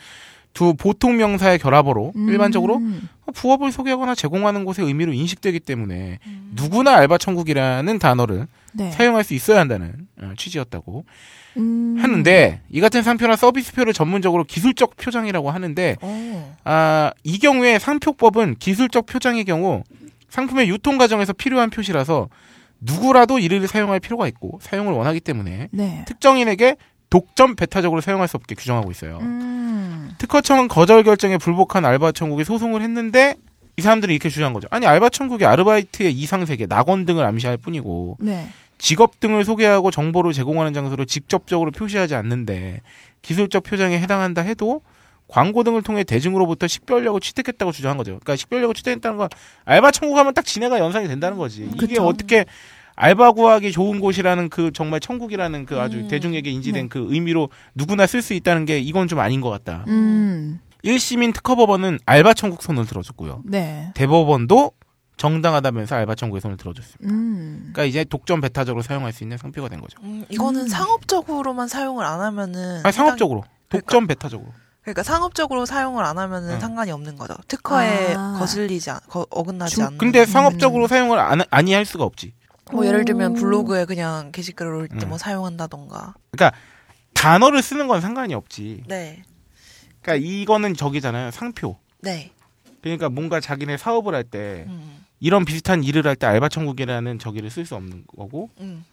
S2: 두 보통 명사의 결합어로 일반적으로
S6: 음.
S2: 부업을 소개하거나 제공하는 곳의 의미로 인식되기 때문에 누구나 알바 천국이라는 단어를
S6: 음. 네.
S2: 사용할 수 있어야 한다는 어, 취지였다고
S6: 음.
S2: 하는데 이 같은 상표나 서비스표를 전문적으로 기술적 표장이라고 하는데
S5: 어.
S2: 아, 이 경우에 상표법은 기술적 표장의 경우 상품의 유통 과정에서 필요한 표시라서 누구라도 이를 사용할 필요가 있고 사용을 원하기 때문에
S6: 네.
S2: 특정인에게 독점 배타적으로 사용할 수 없게 규정하고 있어요.
S6: 음.
S2: 특허청은 거절 결정에 불복한 알바천국이 소송을 했는데 이 사람들이 이렇게 주장한 거죠. 아니 알바천국이 아르바이트의 이상세계, 낙원 등을 암시할 뿐이고
S6: 네.
S2: 직업 등을 소개하고 정보를 제공하는 장소를 직접적으로 표시하지 않는데 기술적 표정에 해당한다 해도 광고 등을 통해 대중으로부터 식별력을 취득했다고 주장한 거죠. 그러니까 식별력을 취득했다는 건 알바 천국하면 딱 지네가 연상이 된다는 거지. 이게
S6: 그쵸.
S2: 어떻게 알바 구하기 좋은 곳이라는 그 정말 천국이라는 그 아주 대중에게 인지된
S6: 네.
S2: 그 의미로 누구나 쓸 수 있다는 게 이건 좀 아닌 것 같다.
S6: 음.
S2: 1심인 특허법원은 알바 천국 손을 들어줬고요.
S6: 네.
S2: 대법원도 정당하다면서 알바 천국의 손을 들어줬습니다.
S6: 음.
S2: 그러니까 이제 독점 배타적으로 사용할 수 있는 상표가 된 거죠.
S5: 음, 이거는
S6: 음.
S5: 상업적으로만 사용을 안 하면은
S2: 아니 상업적으로
S5: 그러니까.
S2: 독점 배타적으로
S5: 상관- 그러니까 상업적으로 사용을 안 하면은
S2: 응.
S5: 상관이 없는 거죠. 특허에
S6: 아. 음.
S5: 거슬리지 않, 거- 어긋나지
S6: 중-
S5: 않는.
S2: 근데
S5: 음.
S2: 상업적으로 사용을 안, 아니 할 수가 없지
S5: 뭐 예를 들면
S6: 오.
S5: 블로그에 그냥 게시글을 올 때 뭐
S2: 응.
S5: 사용한다던가.
S2: 단어를 쓰는 건 상관이 없지
S5: 네.
S2: 그러니까 이거는 저기잖아요 상표
S5: 네.
S2: 그러니까 뭔가 자기네 사업을 할 때
S5: 음.
S2: 이런 비슷한 일을 할 때 알바 천국이라는 저기를 쓸 수 없는 거고
S5: 음.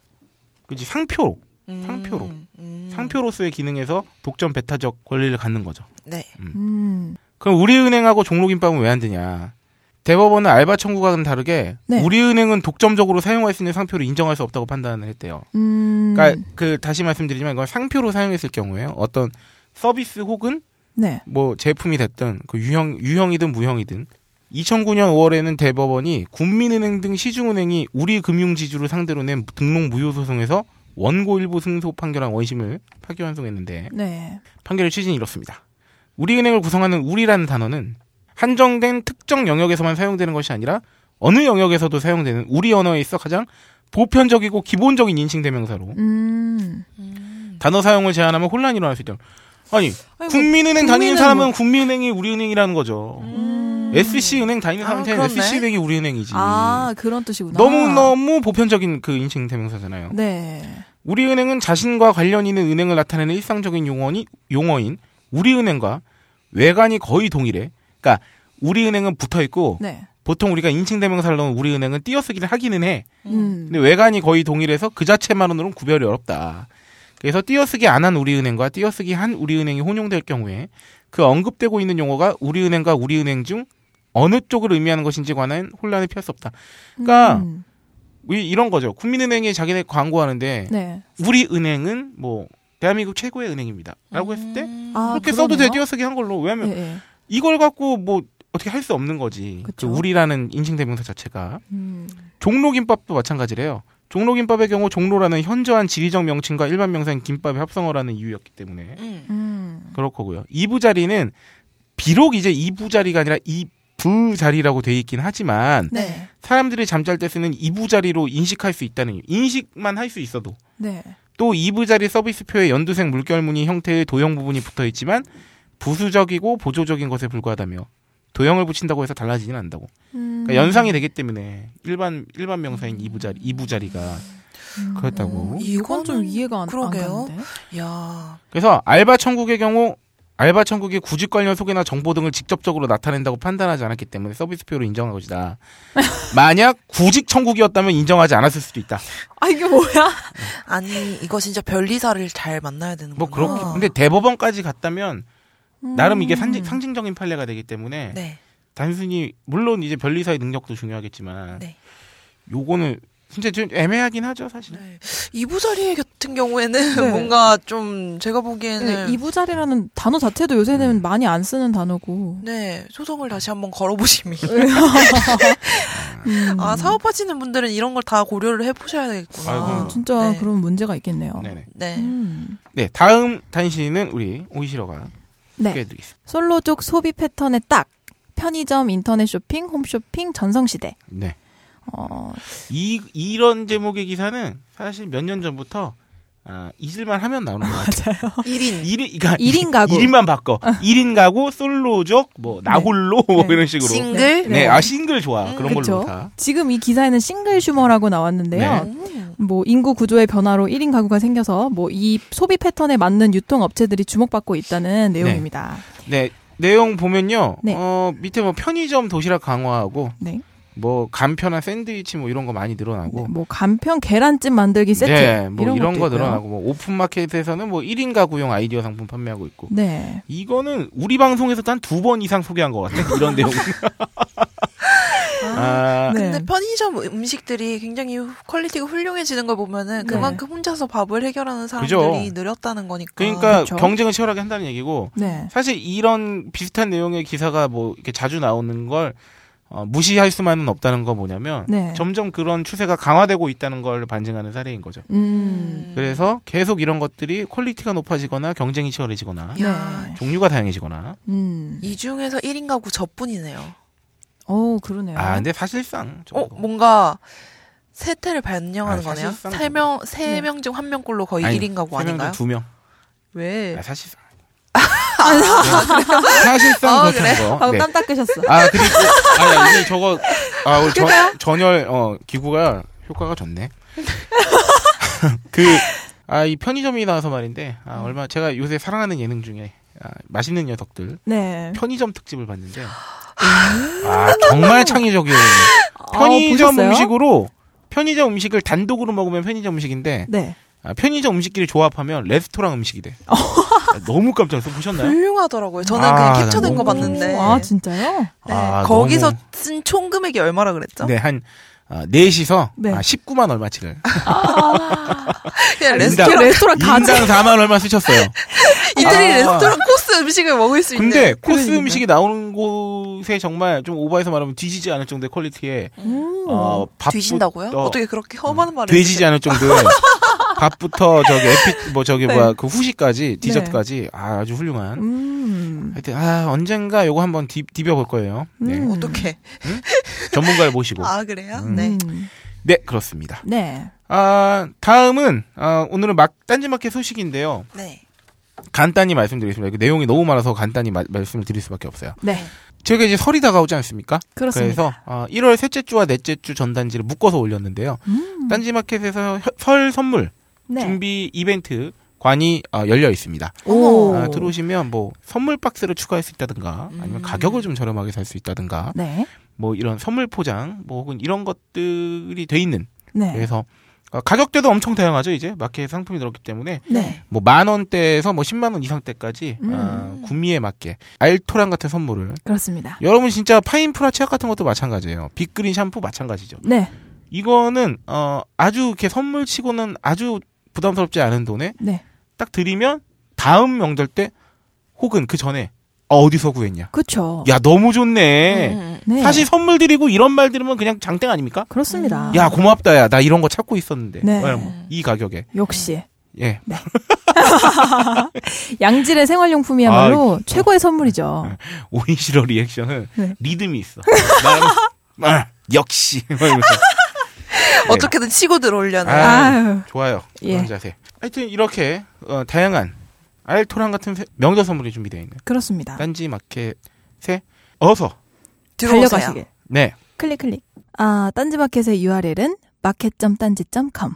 S2: 그지 상표
S5: 음.
S2: 상표로.
S5: 음.
S2: 상표로서의 기능에서 독점 배타적 권리를 갖는 거죠
S5: 네.
S6: 음.
S2: 그럼 우리은행하고 종로김밥은 왜 안 되냐 대법원은 알바 천국과는 다르게
S6: 네.
S2: 우리은행은 독점적으로 사용할 수 있는 상표를 인정할 수 없다고 판단을 했대요
S6: 음.
S2: 그러니까 그 다시 말씀드리지만 이건 상표로 사용했을 경우에요. 어떤 서비스 혹은
S6: 네.
S2: 뭐 제품이 됐든 그 유형 유형이든 무형이든 2009년 5월에는 대법원이 국민은행 등 시중은행이 우리금융지주를 상대로 낸 등록 무효 소송에서 원고 일부 승소 판결한 원심을 파기환송했는데
S6: 네.
S2: 판결의 취지는 이렇습니다. 우리은행을 구성하는 우리라는 단어는 한정된 특정 영역에서만 사용되는 것이 아니라 어느 영역에서도 사용되는 우리 언어에 있어 가장 보편적이고 기본적인 인칭 대명사로
S6: 음.
S2: 단어 사용을 제한하면 혼란이 일어날 수 있다. 아니,
S6: 아이고,
S2: 국민은행 다니는
S6: 뭐 국민은 뭐.
S2: 사람은 국민은행이 우리은행이라는 거죠.
S6: 음.
S2: SC은행 다니는
S5: 아,
S2: 사람한테는
S5: 그렇네.
S2: SC은행이 우리은행이지.
S6: 아, 그런 뜻이구나.
S2: 음. 너무너무 보편적인 그 인칭 대명사잖아요.
S6: 네.
S2: 우리은행은 자신과 관련 있는 은행을 나타내는 일상적인 용어인, 용어인 우리은행과 외관이 거의 동일해. 그러니까 우리은행은 붙어 있고
S6: 네.
S2: 보통 우리가 인칭 대명사를 넣은 우리은행은 띄어쓰기를 하기는 해.
S6: 음.
S2: 근데 외관이 거의 동일해서 그 자체만으로는 구별이 어렵다. 그래서 띄어쓰기 안 한 우리은행과 띄어쓰기 한 우리은행이 혼용될 경우에 그 언급되고 있는 용어가 우리은행과 우리은행 중 어느 쪽을 의미하는 것인지 관한 혼란을 피할 수 없다. 그러니까
S6: 음.
S2: 이- 이런 거죠. 국민은행이 자기네 광고하는데
S6: 네.
S2: 우리은행은 뭐 대한민국 최고의 은행입니다.라고 했을 때
S5: 음.
S6: 아,
S2: 그렇게 써도 돼
S6: 그러네요.
S2: 띄어쓰기 한 걸로
S6: 예,
S2: 왜냐하면
S6: 예.
S2: 이걸 갖고 뭐 어떻게 할 수 없는 거지. 그
S6: 그쵸.
S2: 우리라는 인칭 대명사 자체가
S6: 음.
S2: 종로김밥도 마찬가지래요. 종로김밥의 경우 종로라는 현저한 지리적 명칭과 일반 명사인 김밥의 합성어라는 이유였기 때문에
S5: 음.
S6: 음.
S2: 그렇고요. 2부 자리는 비록 이제 2부 자리가 아니라 2부 자리라고 돼 있긴 하지만
S6: 네.
S2: 사람들이 잠잘 때 쓰는 2부 자리로 인식할 수 있다는 이유. 인식만 할 수 있어도
S6: 네.
S2: 또 2부 자리 서비스표에 연두색 물결 무늬 형태의 도형 부분이 붙어 있지만 부수적이고 보조적인 것에 불과하다며 도형을 붙인다고 해서 달라지진 않는다고.
S6: 음.
S2: 그러니까 연상이 되기 때문에 일반 일반 명사인 이부 자리 이부 자리가
S6: 음.
S2: 그렇다고.
S6: 이건 좀 이해가 안,
S5: 그러게요.
S6: 안 가는데.
S5: 네. 야.
S2: 그래서 알바 천국의 경우 알바 천국이 구직 관련 소개나 정보 등을 직접적으로 나타낸다고 판단하지 않았기 때문에 서비스표로 인정한 것이다. 만약 구직 천국이었다면 인정하지 않았을 수도 있다.
S6: 아, 이게 뭐야?
S5: 아니, 이거 진짜 별리사를 잘 만나야 되는
S2: 뭐 그렇게.
S6: 아.
S2: 근데 대법원까지 갔다면
S6: 음.
S2: 나름 이게 상징, 상징적인 판례가 되기 때문에
S5: 네.
S2: 단순히 물론 이제 변리사의 능력도 중요하겠지만
S5: 네.
S2: 요거는 진짜 좀 애매하긴 하죠 사실.
S5: 네. 이부자리 같은 경우에는
S6: 네.
S5: 뭔가 좀 제가 보기에는 네,
S6: 이부자리라는 단어 자체도
S2: 네.
S6: 요새는 많이 안 쓰는 단어고.
S5: 네. 소송을 다시 한번 걸어보심이
S2: 네.
S6: 음.
S5: 아 사업하시는 분들은 이런 걸 다 고려를 해보셔야겠구나.
S2: 아이고.
S6: 음, 진짜
S5: 네.
S6: 그런 문제가 있겠네요.
S2: 어, 네네.
S5: 네.
S6: 음.
S2: 네 다음 단신은 우리 오이시러가
S6: 네.
S2: 소개해드리겠습니다.
S6: 솔로 족 소비 패턴에 딱 편의점, 인터넷 쇼핑, 홈쇼핑, 전성시대.
S2: 네.
S6: 어,
S2: 이 이런 제목의 기사는 사실 몇 년 전부터 아, 잊을만 하면 나오는 거 같아요.
S5: 1인.
S2: 일인 그러니까
S6: 일인 가구. 어.
S2: 일만 바꿔. 1인 가구, 솔로족, 뭐 나홀로 뭐
S6: 네.
S2: 이런 식으로.
S5: 싱글.
S2: 네, 아 싱글 좋아.
S5: 음,
S2: 그런 걸로
S6: 그쵸.
S2: 다.
S6: 지금 이 기사에는 싱글 슈머라고
S2: 네.
S6: 나왔는데요.
S5: 음.
S6: 뭐 인구 구조의 변화로 1인 가구가 생겨서 뭐 이 소비 패턴에 맞는 유통 업체들이 주목받고 있다는 내용입니다.
S2: 네. 내용 보면요.
S6: 네.
S2: 어, 밑에 뭐 편의점 도시락 강화하고
S6: 네.
S2: 뭐 간편한 샌드위치 뭐 이런 거 많이 늘어나고
S6: 뭐 간편 계란찜 만들기 세트
S2: 네, 뭐 이런,
S6: 것도
S2: 거
S6: 있고요.
S2: 늘어나고 뭐 오픈마켓에서는 뭐 1인 가구용 아이디어 상품 판매하고 있고
S6: 네.
S2: 이거는 우리 방송에서 한 두 번 이상 소개한 것 같아 이런 내용. 아,
S6: 네.
S5: 근데 편의점 음식들이 굉장히 후- 퀄리티가 훌륭해지는 걸 보면은
S6: 네.
S5: 그만큼 혼자서 밥을 해결하는 사람들이
S2: 그죠.
S5: 늘었다는 거니까.
S2: 그러니까
S6: 그렇죠.
S2: 경쟁을 치열하게 한다는 얘기고
S6: 네.
S2: 사실 이런 비슷한 내용의 기사가 뭐 이렇게 자주 나오는 걸 어, 무시할 수만은 없다는 거 뭐냐면
S6: 네.
S2: 점점 그런 추세가 강화되고 있다는 걸 반증하는 사례인 거죠.
S6: 음.
S2: 그래서 계속 이런 것들이 퀄리티가 높아지거나 경쟁이 치열해지거나
S5: 야,
S6: 네.
S2: 종류가 다양해지거나
S6: 음.
S5: 이 중에서 1인 가구 저뿐이네요.
S6: 어, 그러네요.
S2: 아 근데 사실상 좀
S5: 어, 뭔가 세태를 반영하는
S2: 아,
S5: 거네요.
S2: 사실상
S5: 세 명, 세
S6: 네.
S5: 명 중 한 명꼴로 거의
S2: 아니,
S5: 1인 가구 뭐
S2: 세 명당
S5: 아닌가요?
S2: 두 명.
S5: 왜?
S2: 아, 사실상. 네. 사실상
S5: 어,
S2: 그렇다는 거.
S6: 아,
S2: 네.
S6: 깜 닦으셨어.
S2: 아 그리고 아 이게 저거 아 우리 저, 전열 어 기구가 효과가 좋네. 그 아 이 편의점이 나와서 말인데 아 얼마 제가 요새 사랑하는 예능 중에 아, 맛있는 녀석들
S6: 네.
S2: 편의점 특집을 봤는데 아 정말 창의적이에요. 편의점
S6: 아, 보셨어요?
S2: 음식으로 편의점 음식을 단독으로 먹으면 편의점 음식인데
S6: 네.
S2: 아, 편의점 음식끼리 조합하면 레스토랑 음식이 돼.
S6: 어.
S2: 아, 너무 깜짝 놀랐어
S6: 네.
S2: 보셨나요?
S5: 훌륭하더라고요. 저는
S2: 아,
S5: 그냥 캡처된 거
S2: 너무-
S5: 봤는데.
S6: 아, 진짜요?
S5: 네.
S2: 아,
S5: 거기서
S2: 너무-
S5: 쓴 총 금액이 얼마라 그랬죠?
S2: 네, 한 아, 4시서
S6: 네.
S2: 아, 19만 얼마치를
S5: 아, 그냥
S2: 아, 인당-
S5: 레스토랑,
S6: 레스토랑 가지.
S2: 인당 4만 얼마 쓰셨어요.
S5: 이태리
S2: 아.
S5: 레스토랑 코스 음식을 먹을 수 있는.
S2: 근데 코스
S6: 그러니까.
S2: 음식이 나오는 곳에 정말 좀 오버해서 말하면 뒤지지 않을 정도의 퀄리티에
S6: 음.
S2: 어, 밥부-
S5: 뒤진다고요?
S2: 어,
S5: 어. 떻게 그렇게 험한 말을.
S2: 되지지 않을 정도의 밥부터 저기 에피 뭐 저기
S6: 네.
S2: 뭐야 그 후식까지 디저트까지 아, 아주 훌륭한.
S6: 음.
S2: 하여튼 아 언젠가 요거 한번 디, 디벼볼 거예요. 네.
S6: 음.
S5: 어떻게?
S2: 전문가를 모시고.
S5: 아 그래요?
S2: 음.
S5: 네.
S6: 음.
S2: 네 그렇습니다.
S6: 네.
S2: 아 다음은 아, 오늘은 막 딴지마켓 소식인데요.
S5: 네.
S2: 간단히 말씀드리겠습니다. 이거 내용이 너무 많아서 간단히 마- 말씀을 드릴 수밖에 없어요.
S6: 네.
S2: 제가 이제 설이 다가오지 않습니까?
S6: 그렇습니다.
S2: 래서 어, 1월 셋째 주와 넷째 주 전단지를 묶어서 올렸는데요.
S6: 음.
S2: 딴지마켓에서 혀- 설 선물
S6: 네.
S2: 준비 이벤트 관이 어, 열려 있습니다.
S6: 오.
S2: 아, 들어오시면 뭐 선물 박스를 추가할 수 있다든가 아니면
S6: 음.
S2: 가격을 좀 저렴하게 살 수 있다든가
S6: 네.
S2: 뭐 이런 선물 포장 뭐 혹은 이런 것들이 돼 있는
S6: 네.
S2: 그래서 어, 가격대도 엄청 다양하죠 이제 마켓 상품이 들었기 때문에
S6: 네.
S2: 뭐 만 원대에서 뭐 10만 원 이상 대까지
S6: 음.
S2: 아, 구미에 맞게 알토란 같은 선물을
S6: 그렇습니다.
S2: 여러분 진짜 파인프라 치약 같은 것도 마찬가지예요. 빅그린 샴푸 마찬가지죠.
S6: 네.
S2: 이거는 어 아주 이렇게 선물치고는 아주 부담스럽지 않은 돈에
S6: 네.
S2: 딱 드리면 다음 명절 때 혹은 그 전에 어, 어디서 구했냐.
S6: 그렇죠.
S2: 야 너무 좋네.
S5: 음.
S6: 네.
S2: 사실 선물 드리고 이런 말 들으면 그냥 장땡 아닙니까?
S6: 그렇습니다.
S2: 야 고맙다야 나 이런 거 찾고 있었는데
S6: 네.
S2: 어, 뭐, 이 가격에
S6: 역시
S2: 예
S6: 양질의 생활용품이야말로
S2: 아,
S6: 최고의 선물이죠.
S2: 오이시러 리액션은
S6: 네.
S2: 리듬이 있어. 나 아, 역시 막 이러면서.
S5: 어떻게든 치고 들어오려는.
S2: 아.
S6: 아유.
S2: 좋아요. 그런
S6: 예.
S2: 자세. 하여튼 이렇게 어, 다양한 알토란 같은 세- 명절 선물이 준비되어 있는
S6: 그렇습니다.
S2: 딴지 마켓에 어서
S5: 들어오세요.
S6: 달려가시길.
S2: 네.
S6: 클릭 클릭. 아, 딴지마켓의 URL은 마켓.딴지.com.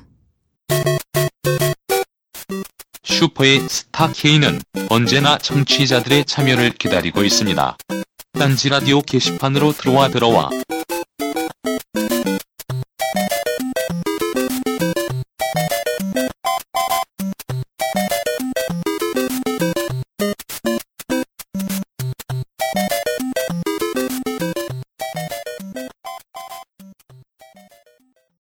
S3: 슈퍼의 스타 K는 언제나 청취자들의 참여를 기다리고 있습니다. 딴지 라디오 게시판으로 들어와 들어와